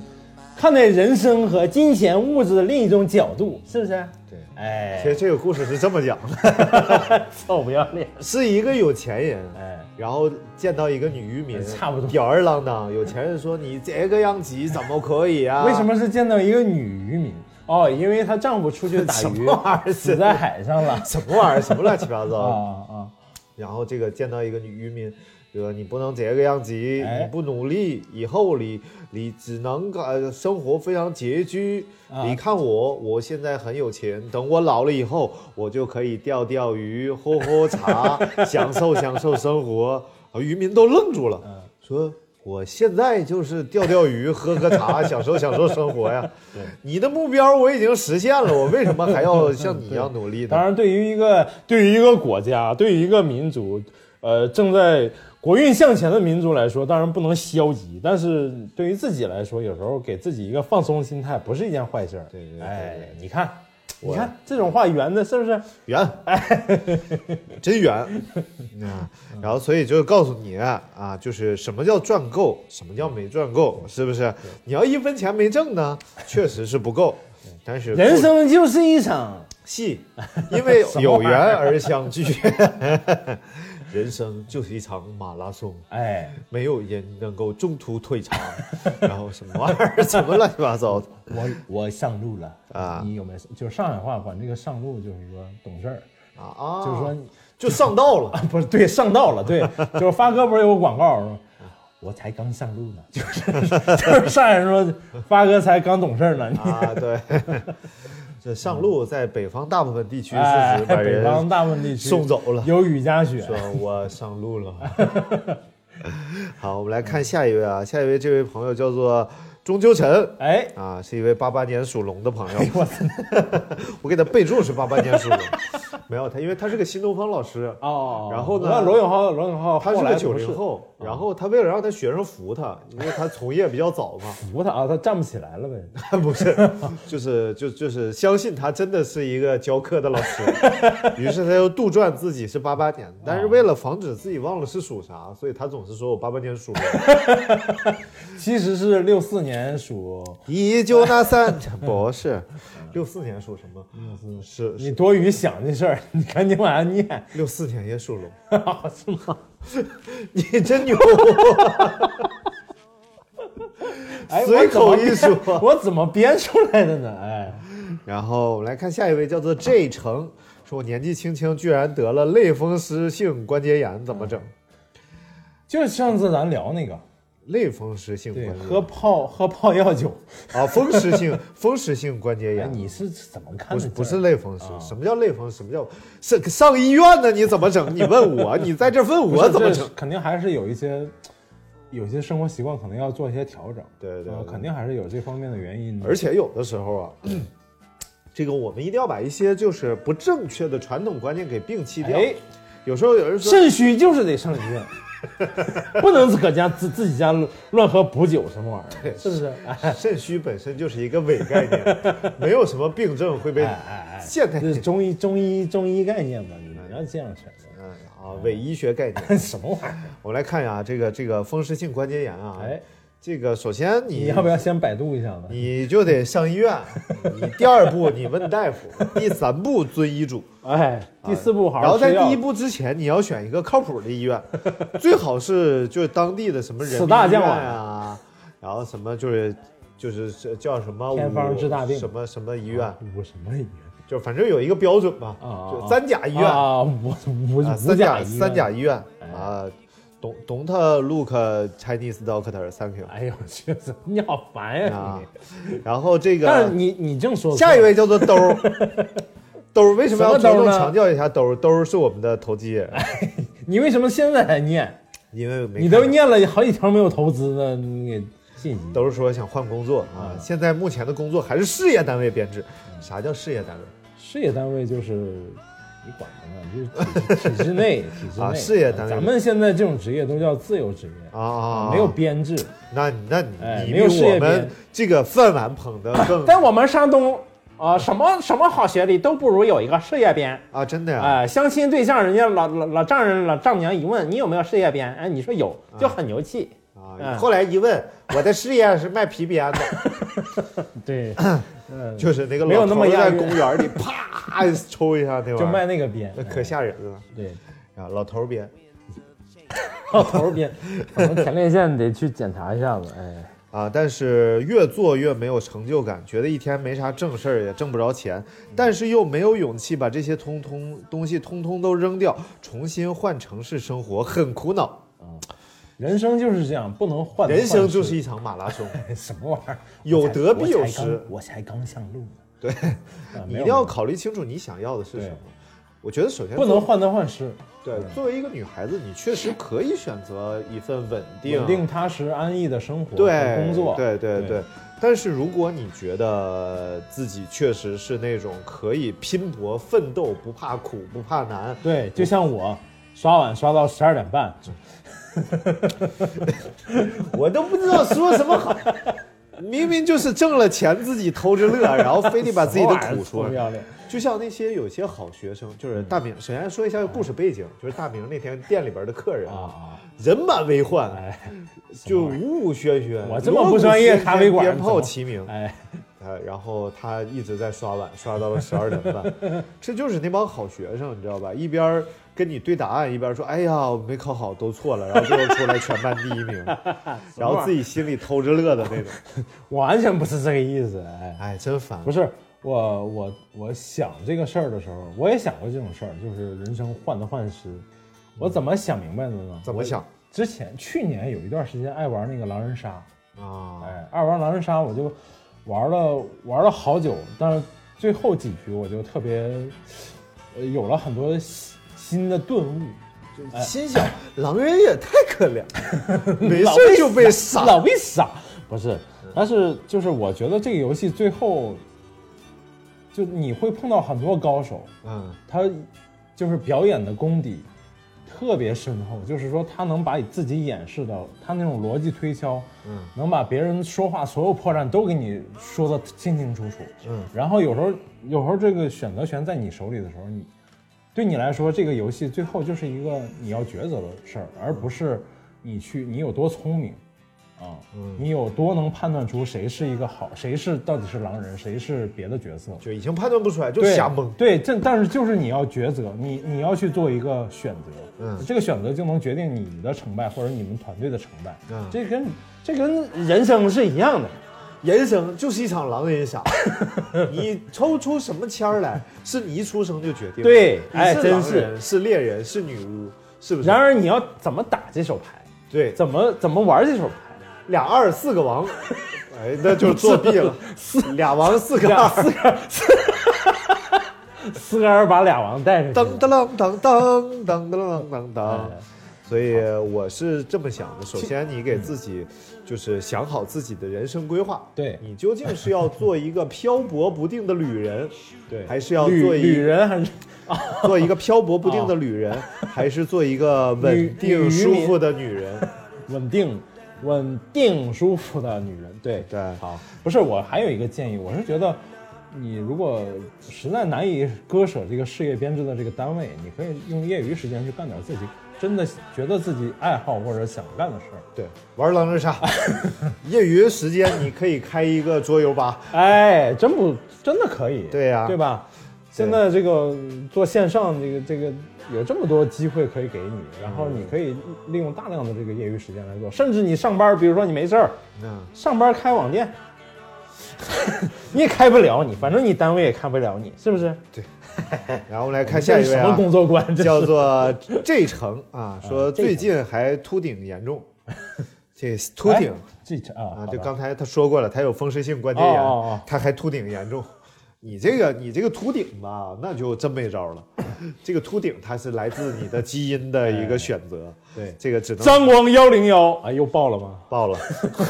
Speaker 2: 看待人生和金钱物质的另一种角度，是不是？
Speaker 1: 对
Speaker 2: 哎
Speaker 1: 其，实这个故事是这么讲的，
Speaker 2: 臭不要脸，
Speaker 1: 是一个有钱人。
Speaker 2: 哎，
Speaker 1: 然后见到一个女渔民，
Speaker 2: 差不多
Speaker 1: 吊儿郎当。有钱人说：“你这个样子怎么可以啊？”
Speaker 2: 为什么是见到一个女渔民？哦，因为她丈夫出去打
Speaker 1: 什
Speaker 2: 鱼
Speaker 1: 么玩意儿
Speaker 2: 死在海上了。
Speaker 1: 什么玩意儿？什么乱七八
Speaker 2: 啊
Speaker 1: 糟的？
Speaker 2: 啊！
Speaker 1: 然后这个见到一个女渔民，说你不能这个样子，
Speaker 2: 哎
Speaker 1: 你不努力，以后你你只能呃生活非常拮据。
Speaker 2: 啊
Speaker 1: 你看我，我现在很有钱，等我老了以后，我就可以钓钓鱼、喝喝 茶，享受享受生活。啊，渔民都愣住了，
Speaker 2: 嗯
Speaker 1: 说。我现在就是钓钓鱼、喝喝茶、享受享受生活 呀。你的目标我已经实现了，我为什么还要 像你一样努力呢？
Speaker 2: 当然，对于一个对于一个国家，对于一个民族，呃，正在国运向前的民族来说，当然不能消极。但是对于自己来说，有时候给自己一个放松心态，不是一件坏事儿。
Speaker 1: 对对对
Speaker 2: 哎
Speaker 1: 对，
Speaker 2: 你看，你看这种话圆的，是不是？
Speaker 1: 圆，真圆
Speaker 2: 嗯
Speaker 1: 啊！然后所以就告诉你啊，就是什么叫赚够，什么叫没赚够，是不是？你要一分钱没挣呢，确实是不够。但是
Speaker 2: 人生就是一场
Speaker 1: 戏， 因为有缘而相聚， 人生就是一场马拉松，
Speaker 2: 哎，
Speaker 1: 没有人能够中途退 场，然后什么玩意儿，什么乱七八糟的。
Speaker 2: 我我上路了
Speaker 1: 啊
Speaker 2: 你有没有？就是上海话管这个上路就是说懂事儿，
Speaker 1: 啊
Speaker 2: 哦
Speaker 1: 啊！
Speaker 2: 就是说
Speaker 1: 就上道了，
Speaker 2: 啊不是对上道了，对，就是发哥不是有个广告吗？我才刚上路呢，就是就是上来说发哥才刚懂事儿呢，你
Speaker 1: 啊，对， 这上路在北方大部分地区
Speaker 2: 哎
Speaker 1: 是指把
Speaker 2: 北方
Speaker 1: 人
Speaker 2: 大部分地区
Speaker 1: 送走了，
Speaker 2: 有雨夹雪，
Speaker 1: 说我上路 了。好，我们来看下一位啊，下一位这位朋友叫做钟秋晨。
Speaker 2: 哎，
Speaker 1: 啊，是一位八八年属龙的朋友，
Speaker 2: 我操，
Speaker 1: 我给他备注是八八年属龙，没有他，因为他是个新东方老师，
Speaker 2: 哦
Speaker 1: 然后呢
Speaker 2: 那罗永浩，罗永浩
Speaker 1: 他是
Speaker 2: 后来
Speaker 1: 个
Speaker 2: 不啊
Speaker 1: 九零后，然后他为了让他学生服他，因为他从业比较早嘛，
Speaker 2: 服他啊，他站不起来了呗。
Speaker 1: 不是， 就是就就是相信他真的是一个教课的老师，于是他就杜撰自己是八八年，但是为了防止自己忘了是属啥，所以他总是说我八八年属龙，
Speaker 2: 其实是六四年属，
Speaker 1: 一九那三 不是，六四年属什么？是
Speaker 2: 你
Speaker 1: 是
Speaker 2: 多余想这事儿，你赶紧往下念。
Speaker 1: 六四年也属龙，
Speaker 2: 是吗？
Speaker 1: 你真牛，
Speaker 2: 哎，
Speaker 1: 随
Speaker 2: 我怎么
Speaker 1: 口一说
Speaker 2: 我怎么编出来的呢？哎，
Speaker 1: 然后我们来看下一位，叫做 J 成，说我年纪轻轻居然得了类风湿性关节炎，怎么整？
Speaker 2: 就是上次咱聊那个，
Speaker 1: 类风湿性关
Speaker 2: 对，
Speaker 1: 节炎
Speaker 2: 喝泡喝泡药酒。
Speaker 1: 啊，风湿性风湿性关节
Speaker 2: 哎，
Speaker 1: 炎。
Speaker 2: 你是怎么看
Speaker 1: 不
Speaker 2: 的
Speaker 1: 是
Speaker 2: 这儿？啊
Speaker 1: 不是类风湿，什么叫类风湿？什么叫上上医院呢？你怎么整？你问我，你在这问
Speaker 2: 不是，
Speaker 1: 我怎么
Speaker 2: 这
Speaker 1: 整？
Speaker 2: 肯定还是有一些，有些生活习惯可能要做一些调整。
Speaker 1: 对对对
Speaker 2: 呃肯定还是有这方面的原因的。
Speaker 1: 而且有的时候啊，这个我们一定要把一些就是不正确的传统观念给摒弃掉。
Speaker 2: 哎，
Speaker 1: 有时候有人说，
Speaker 2: 肾虚就是得上医 院，不能搁家自自己家乱乱喝补酒什么玩意儿，是不是？哎
Speaker 1: 肾虚本身就是一个伪概念，没有什么病症会被
Speaker 2: 哎哎哎，
Speaker 1: 现代
Speaker 2: 这是中医中医中医概念嘛，你不要这样选择。
Speaker 1: 嗯啊伪医学概念。
Speaker 2: 什么玩意儿？
Speaker 1: 我们来看一下啊，这个这个风湿性关节炎啊，
Speaker 2: 哎，
Speaker 1: 这个首先
Speaker 2: 你
Speaker 1: 你
Speaker 2: 要不要先百度一下子？
Speaker 1: 你就得上医院，你第二步你问大夫，第三步遵医嘱，
Speaker 2: 哎，第四步好
Speaker 1: 然
Speaker 2: 好
Speaker 1: 后
Speaker 2: 吃
Speaker 1: 在
Speaker 2: 药
Speaker 1: 第一步之前你要选一个靠谱的医 院，最好是就是当地的什么人民
Speaker 2: 四大
Speaker 1: 医
Speaker 2: 将
Speaker 1: 院
Speaker 2: 往
Speaker 1: 啊，然后什么就是就是这叫什么
Speaker 2: 天方
Speaker 1: 五
Speaker 2: 治大病
Speaker 1: 什么什么医院，
Speaker 2: 五什么医院
Speaker 1: 就反正有一个标准吧，
Speaker 2: 啊
Speaker 1: 就三甲医院
Speaker 2: 啊，五五
Speaker 1: 啊
Speaker 2: 五
Speaker 1: 三甲
Speaker 2: 医院哎
Speaker 1: 三甲。医院啊。懂懂他 look Chinese doctor，thank you
Speaker 2: 哎呦我去，你好烦呀
Speaker 1: 啊
Speaker 2: 你！，
Speaker 1: 然后这个
Speaker 2: 哎但是你你这么 说，
Speaker 1: 下一位叫做兜儿， 兜儿为什么要
Speaker 2: 什么兜儿
Speaker 1: 着重
Speaker 2: 呢
Speaker 1: 强调一下兜儿？兜儿是我们的投机人，
Speaker 2: 你为什么现在才念？
Speaker 1: 因为没
Speaker 2: 你
Speaker 1: 看
Speaker 2: 都
Speaker 1: 到
Speaker 2: 念了好几条没有投资的那个信息。
Speaker 1: 兜儿说想换工作
Speaker 2: 嗯
Speaker 1: 啊，现在目前的工作还是事业单位编制。啥叫事业单位
Speaker 2: 事业单位就是你管着呢，就是体体制内，体制内
Speaker 1: 啊事业单位
Speaker 2: 咱们现在这种职业都叫自由职业
Speaker 1: 啊啊？
Speaker 2: 嗯没有，编制。
Speaker 1: 那你那
Speaker 2: 哎
Speaker 1: 你你
Speaker 2: 没有
Speaker 1: 比
Speaker 2: 事业
Speaker 1: 我们
Speaker 2: 编
Speaker 1: 这个饭碗捧 得更
Speaker 2: 但我们山东啊、什么什么好学历都不如有一个事业编。
Speaker 1: 啊，真的呀，
Speaker 2: 哎、相亲对象，人家老老老丈人、老丈母娘一问你有没有事业编，哎，你说有，就很牛气。
Speaker 1: 啊，
Speaker 2: 嗯
Speaker 1: 后来一问，我的事业是卖皮 鞭的，
Speaker 2: 对， 嗯，
Speaker 1: 就是那个
Speaker 2: 没有
Speaker 1: 老
Speaker 2: 那
Speaker 1: 头
Speaker 2: 么
Speaker 1: 儿
Speaker 2: 押
Speaker 1: 在
Speaker 2: 韵
Speaker 1: 公园里 啪抽一下那玩意儿，
Speaker 2: 就卖那个编
Speaker 1: 那，可吓人了
Speaker 2: 哎对，
Speaker 1: 啊，老头儿鞭。
Speaker 2: 到头 儿编，可能前列腺得去检查一下子。哎，
Speaker 1: 啊，但是越做越没有成就感，觉得一天没啥正事儿，也挣不着
Speaker 2: 嗯
Speaker 1: 钱，但是又没有勇气把这些通通东西通通都扔掉，重新换城市生活，很苦恼。
Speaker 2: 人生就是这样，不能患得
Speaker 1: 人生
Speaker 2: 患
Speaker 1: 就
Speaker 2: 失
Speaker 1: 是一场马拉松，
Speaker 2: 哎什么玩意儿？
Speaker 1: 有得必有
Speaker 2: 我才刚
Speaker 1: 失
Speaker 2: 我才刚上路呢。
Speaker 1: 对
Speaker 2: 啊，
Speaker 1: 你
Speaker 2: 没
Speaker 1: 一
Speaker 2: 有
Speaker 1: 定要考虑清楚你想要的是
Speaker 2: 对
Speaker 1: 什么。我觉得首先
Speaker 2: 不能患得患失，
Speaker 1: 对，作为一个女孩子，你确实可以选择一份稳定、啊
Speaker 2: 稳定踏实安逸的生活
Speaker 1: 对
Speaker 2: 和工作。
Speaker 1: 对对
Speaker 2: 对
Speaker 1: 对。但是如果你觉得自己确实是那种可以拼搏奋斗、不怕苦、不怕难，
Speaker 2: 对，就像我刷碗刷到十二点半，
Speaker 1: 我都不知道说什么好。明明就是挣了钱自己偷着乐，然后非得把自己的苦
Speaker 2: 什么
Speaker 1: 说嗯
Speaker 2: 玩意儿臭不要
Speaker 1: 出来
Speaker 2: 脸。
Speaker 1: 就像那些有些好学生，就是大明。首先说一下故事背景，就是大明那天店里边的客人
Speaker 2: 啊，啊！
Speaker 1: 人满为患，
Speaker 2: 哎，
Speaker 1: 就呜呜喧喧。
Speaker 2: 我这么不专业，咖啡馆
Speaker 1: 鞭
Speaker 2: 怎
Speaker 1: 炮
Speaker 2: 么
Speaker 1: 齐鸣。
Speaker 2: 哎，
Speaker 1: 呃，然后他一直在刷碗，刷到了十二点半。这就是那帮好学生，你知道吧？一边儿跟你对答案，一边儿说：“哎呀，我没考好，都错了。”然后最后出来全班第一 名，然后自己心里偷着乐的那种。
Speaker 2: 我完全不是这个意思。哎，
Speaker 1: 哎，真烦
Speaker 2: 不。是我我我想这个事儿的时候，嗯我也想过这种事儿，就是人生患得患失。我怎么想明白的呢？
Speaker 1: 怎么想？
Speaker 2: 之前去年有一段时间爱玩那个狼人杀，
Speaker 1: 啊，
Speaker 2: 哎，爱玩狼人杀，我就玩了玩了好久，但是最后几局我就特别呃有了很多新新的顿悟，哎
Speaker 4: 心想狼人也太可怜了，
Speaker 1: 没
Speaker 2: 老
Speaker 1: 事就被杀。
Speaker 2: 老被杀，不是，但是就是我觉得这个游戏最后就你会碰到很多高手，
Speaker 1: 嗯，
Speaker 2: 他就是表演的功底特别深厚，就是说他能把自己掩饰到他那种逻辑推敲，嗯，能把别人说话所有破绽都给你说的清清楚楚，嗯，然后有时候有时候这个选择权在你手里的时候，你对你来说这个游戏最后就是一个你要抉择的事儿，而不是你去你有多聪明。啊，
Speaker 1: 嗯
Speaker 2: 你有多能判断出谁是一个好，谁是到底是狼人，谁是别的角色？
Speaker 1: 就已经判断不出来，就
Speaker 2: 对
Speaker 1: 瞎蒙。
Speaker 2: 对，这但是就是你要抉择，你你要去做一个选择，嗯，这个选择就能决定你的成败或者你们团队的成败，嗯，这跟这跟人生是一样的，
Speaker 1: 人生就是一场狼人 杀，你抽出什么签儿来，是你一出生就决定的。
Speaker 2: 对
Speaker 1: 你
Speaker 2: 哎
Speaker 1: 是
Speaker 2: 真
Speaker 1: 狼
Speaker 2: 是
Speaker 1: 人，是猎人，是女巫，是不是？
Speaker 2: 然而你要怎么打这手牌，
Speaker 1: 对，
Speaker 2: 怎么怎么玩 这手牌，
Speaker 1: 俩二四个 王，哎，那就是作弊了。四俩王四个
Speaker 2: 俩
Speaker 1: 二，
Speaker 2: 四个四个四个人把俩王带上
Speaker 1: 噔
Speaker 2: 去，
Speaker 1: 噔噔噔噔噔噔噔
Speaker 2: 哎
Speaker 1: 噔。所以我是这么想的：首先，你给自己就是想好自己的人生规划。
Speaker 2: 对
Speaker 1: 你究竟是要做一个漂泊不定的旅人，
Speaker 2: 对，
Speaker 1: 还是要
Speaker 2: 旅
Speaker 1: 做一
Speaker 2: 旅人还是
Speaker 1: 做一个漂泊不定的旅人，还是做一个稳
Speaker 2: 哦女
Speaker 1: 定
Speaker 2: 女
Speaker 1: 舒服的女人？
Speaker 2: 稳定稳定舒服的女人，对
Speaker 1: 对，
Speaker 2: 好，不是我还有一个建议，我是觉得你如果实在难以割舍这个事业编制的这个单位，你可以用业余时间去干点自己真的觉得自己爱好或者想干的事儿。
Speaker 1: 对，玩狼人 杀，业余时间你可以开一个桌游吧。
Speaker 2: 哎，真不真的可以，
Speaker 1: 对呀
Speaker 2: 对吧？现在这个做线上这个这个有这么多机会可以给你，然后你可以利用大量的这个业余时间来做，甚至你上班，比如说你没事儿，
Speaker 1: 嗯，
Speaker 2: 上班开网店， 你也开不了你，反正你单位也开不了你，是不是？
Speaker 1: 然后我们来看下一位
Speaker 2: 这是什么
Speaker 1: 啊，
Speaker 2: 工作哎观？ 这
Speaker 1: 叫
Speaker 2: 是哎
Speaker 1: 做这成啊，说
Speaker 2: 这成
Speaker 1: 最近还秃顶严重，这秃顶
Speaker 2: 哎这这啊，
Speaker 1: 啊
Speaker 2: 好，吧
Speaker 1: 就刚才他说过了，他有风湿性关节
Speaker 2: 哦哦哦
Speaker 1: 炎，他还秃顶严重。啊你这个你这个秃顶吧，那就真没招 了。这个秃顶它是来自你的基因的一个选择，
Speaker 2: 对
Speaker 1: 这个只能
Speaker 2: 张光幺零幺，哎，又爆了吗？
Speaker 1: 爆了，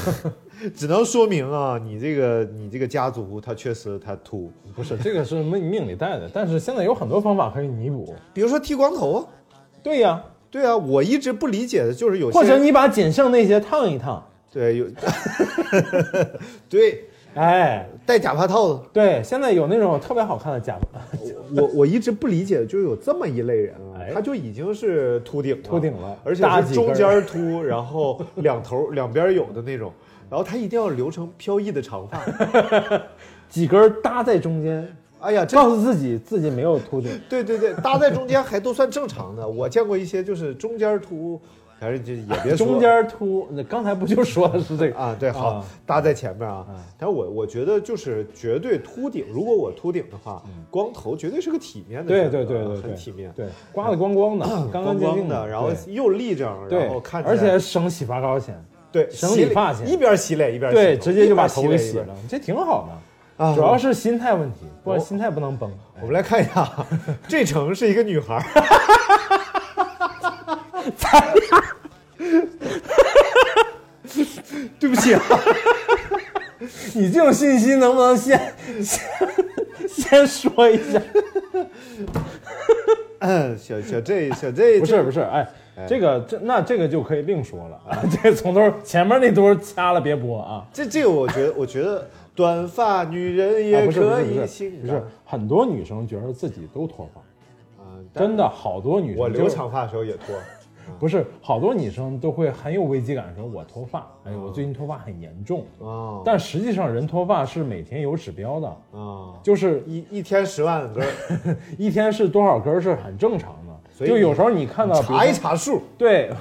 Speaker 1: 只能说明啊，你这个你这个家族它确实它秃，
Speaker 2: 不是，这个是命命里带的，但是现在有很多方法可以弥补。
Speaker 1: 比如说剃光头啊，
Speaker 2: 对呀、
Speaker 1: 对啊，我一直不理解的就是有些
Speaker 2: 或者你把仅剩那些烫一烫，
Speaker 1: 对有， 对
Speaker 2: 哎，
Speaker 1: 戴假发套子，
Speaker 2: 对，现在有那种特别好看的假发，
Speaker 1: 我我一直不理解，就是有这么一类人啊
Speaker 2: 哎，
Speaker 1: 他就已经是秃顶了
Speaker 2: 秃顶了
Speaker 1: 而且
Speaker 2: 搭
Speaker 1: 是
Speaker 2: 几根
Speaker 1: 中
Speaker 2: 儿
Speaker 1: 间秃， 然后两头两边有的那种，然后他一定要留成飘逸的长发。
Speaker 2: 几根儿搭在中间，
Speaker 1: 哎呀，这
Speaker 2: 告诉自己自己没有秃顶。
Speaker 1: 对对对，搭在中间还都算正常的。我见过一些就是中间秃，还是就也别说
Speaker 2: 中间秃，那刚才不就说的是这个
Speaker 1: 啊，对，好
Speaker 2: 啊
Speaker 1: 搭在前面啊。但我我觉得就是绝对秃顶，如果我秃顶的话，光头绝对是个体面的
Speaker 2: 嗯对
Speaker 1: 选择，啊
Speaker 2: 对对对，
Speaker 1: 很
Speaker 2: 对
Speaker 1: 体面，嗯
Speaker 2: 对，刮得光嗯光的，干干
Speaker 1: 光
Speaker 2: 净
Speaker 1: 光
Speaker 2: 净
Speaker 1: 的，然后
Speaker 2: 对
Speaker 1: 又立正，
Speaker 2: 对
Speaker 1: 然后看，起来
Speaker 2: 而且省洗发膏钱，
Speaker 1: 对
Speaker 2: 省
Speaker 1: 洗
Speaker 2: 理发钱
Speaker 1: 一边洗脸一边洗头
Speaker 2: 对，直接就把
Speaker 1: 一
Speaker 2: 头给
Speaker 1: 边脸
Speaker 2: 洗
Speaker 1: 一边
Speaker 2: 了，这挺好的。
Speaker 1: 啊
Speaker 2: 主要是心态问题，不然心态不能崩。
Speaker 1: 我们来看一下， 这成是一个女孩儿， 对不起啊，
Speaker 2: 你这种信息能不能先先先说一下？
Speaker 1: 嗯，小小这小这
Speaker 2: 不是不是，哎，这个这那这个就可以另说了啊， 这个从头前面那堆掐了别播啊。
Speaker 1: 这这个我觉得我觉得短发女人
Speaker 2: 啊
Speaker 1: 也
Speaker 2: 不是不
Speaker 1: 可
Speaker 2: 是
Speaker 1: 以
Speaker 2: 不是
Speaker 1: 性
Speaker 2: 不
Speaker 1: 感
Speaker 2: 是，很多女生觉得自己都脱发，
Speaker 1: 啊，但
Speaker 2: 真的好多女生
Speaker 1: 我留
Speaker 2: 就
Speaker 1: 长发的时候也脱，
Speaker 2: 不是，好多女生都会很有危机感，说我脱发，哎，我最近脱发很严重。
Speaker 1: 哦
Speaker 2: 但实际上，人脱发是每天有指标的，
Speaker 1: 啊，
Speaker 2: 就是啊
Speaker 1: 一一天十 万根儿，
Speaker 2: 一天是多少根儿是很正常的。
Speaker 1: 所以
Speaker 2: 就有时候你看到，比如
Speaker 1: 查一
Speaker 2: 说
Speaker 1: 查数，
Speaker 2: 对，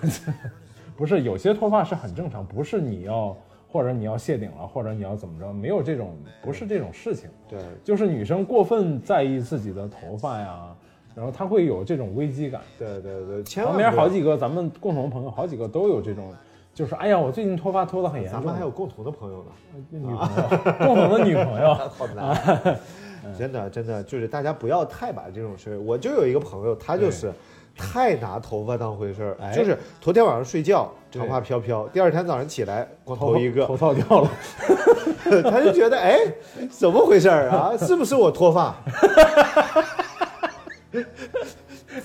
Speaker 2: 不是有些脱发是很正常，不是你要或者你要谢顶了，或者你要怎么着，没有这种不是这种事情。
Speaker 1: 对，
Speaker 2: 就是女生过分在意自己的头发呀、然后他会有这种危机感。
Speaker 1: 对对对，千万
Speaker 2: 旁
Speaker 1: 不要
Speaker 2: 边好几个咱们共同朋友，好几个都有这种，就是哎呀，我最近脱发脱得很严重。
Speaker 1: 咱们还有共同的朋友呢。
Speaker 2: 女朋友，共同的女朋友，
Speaker 1: 好难，啊 真的真的就是大家不要太把这种事儿。我就有一个朋友，他就是太拿头发当回事儿，
Speaker 2: 哎
Speaker 1: 就是头天晚上睡觉
Speaker 2: 对
Speaker 1: 长发飘飘，第二天早上起来光头一个，
Speaker 2: 头套掉了。
Speaker 1: 他就觉得哎怎么回事儿啊？是不是我脱发？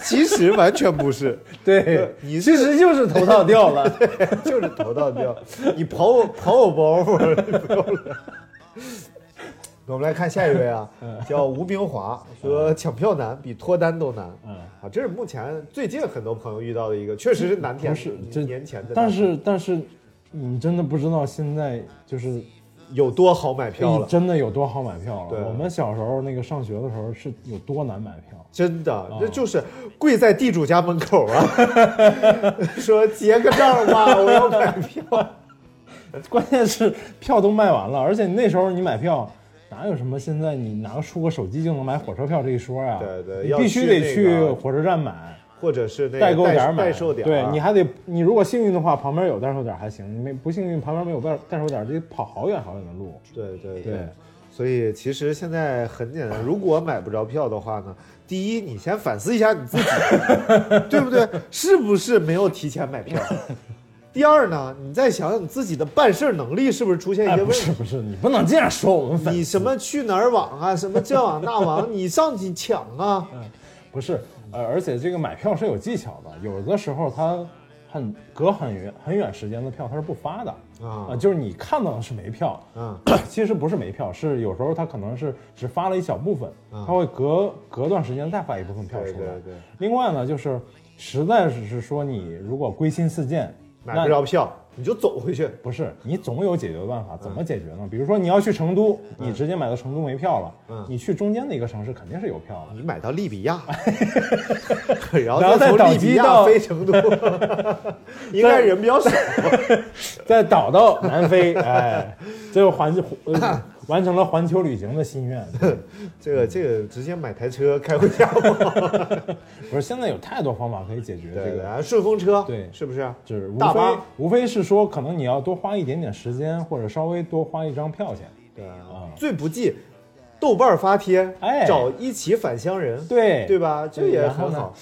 Speaker 1: 其实完全不是，
Speaker 2: 对，
Speaker 1: 你
Speaker 2: 其实就是头套掉了。
Speaker 1: 就是头到掉。你刨我刨我包袱，你不要了。我们来看下一位啊，
Speaker 2: 嗯
Speaker 1: 叫吴冰华，说抢票难比脱单都难。
Speaker 2: 嗯
Speaker 1: 啊，这是目前最近很多朋友遇到的一个，确实是难题，
Speaker 2: 不是这
Speaker 1: 年前的难题，
Speaker 2: 但是但是，你真的不知道现在就是哎
Speaker 1: 有多好买票了？
Speaker 2: 真的有多好买票
Speaker 1: 对
Speaker 2: 了。我们小时候那个上学的时候是有多难买票。
Speaker 1: 真的，
Speaker 2: 哦
Speaker 1: 那就是跪在地主家门口 啊，说结个账吧，我要买票。呃
Speaker 2: 关键是 票都卖完了，而且你那时候你买票。哪有什么现在你拿出个手机就能买火车票这一说呀、
Speaker 1: 对对
Speaker 2: 你
Speaker 1: 要
Speaker 2: 必须
Speaker 1: 去
Speaker 2: 得
Speaker 1: 那
Speaker 2: 去
Speaker 1: 个
Speaker 2: 火车站买，
Speaker 1: 或者是那个
Speaker 2: 代购点儿买，
Speaker 1: 代售点儿，啊
Speaker 2: 对，你还得你如果幸运的话，旁边有代售点儿还行，你没不幸运旁边没有代代售点儿，得跑好远好远的路。
Speaker 1: 对对
Speaker 2: 对，
Speaker 1: 所以其实现在很简单，如果买不着票的话呢，第一你先反思一下你 自己，对不对？是不是没有提前买票？第二呢，你再想想你自己的办事能力是不是出现一
Speaker 2: 哎，
Speaker 1: 些
Speaker 2: 不
Speaker 1: 问
Speaker 2: 是
Speaker 1: 题？
Speaker 2: 不是，你不能这样说我们粉丝。
Speaker 1: 你什么去哪儿网啊，什么这网那网，你上去抢啊！
Speaker 2: 不是，呃，而且这个买票是有技巧的，有的时候它很隔很远很远时间的票它是不发的
Speaker 1: 啊
Speaker 2: 呃就是你看到的是没票，
Speaker 1: 啊，
Speaker 2: 其实不是没票，是有时候它可能是只发了一小部分，它会隔隔段时间再发一部分票出
Speaker 1: 对
Speaker 2: 来。
Speaker 1: 啊对对，
Speaker 2: 另外呢，就是实在是说你如果归心似箭，
Speaker 1: 买不
Speaker 2: 那
Speaker 1: 着票你就走回去。
Speaker 2: 不是，你总有解决办
Speaker 1: 嗯
Speaker 2: 法。怎么解决呢？比如说你要去成都，你直接买到成都没票了，
Speaker 1: 嗯
Speaker 2: 你去中间的一个城市肯定是有票的。
Speaker 1: 你买到利比 亚，然
Speaker 2: 然
Speaker 1: 后再
Speaker 2: 后再
Speaker 1: 从
Speaker 2: 倒
Speaker 1: 利比
Speaker 2: 机
Speaker 1: 亚
Speaker 2: 到
Speaker 1: 飞 成都， 应该人比较少。
Speaker 2: 再倒到南非， 哎，这就环、呃、完成了环球旅行的心 愿。嗯
Speaker 1: 这个这个直接买台车开回家 吧。
Speaker 2: 不是，现在有太多方法可以解决
Speaker 1: 对
Speaker 2: 这个。
Speaker 1: 对，顺风车，
Speaker 2: 对
Speaker 1: 是不啊是？
Speaker 2: 就是无
Speaker 1: 大
Speaker 2: 非
Speaker 1: 巴，
Speaker 2: 无非是说，可能你要多花一点点时间，或者稍微多花一张票钱。
Speaker 1: 对啊
Speaker 2: 啊，
Speaker 1: 最不济，豆瓣发帖，
Speaker 2: 哎
Speaker 1: 找一起返乡人，
Speaker 2: 对
Speaker 1: 对吧？这也
Speaker 2: 然后
Speaker 1: 很
Speaker 2: 呢
Speaker 1: 好。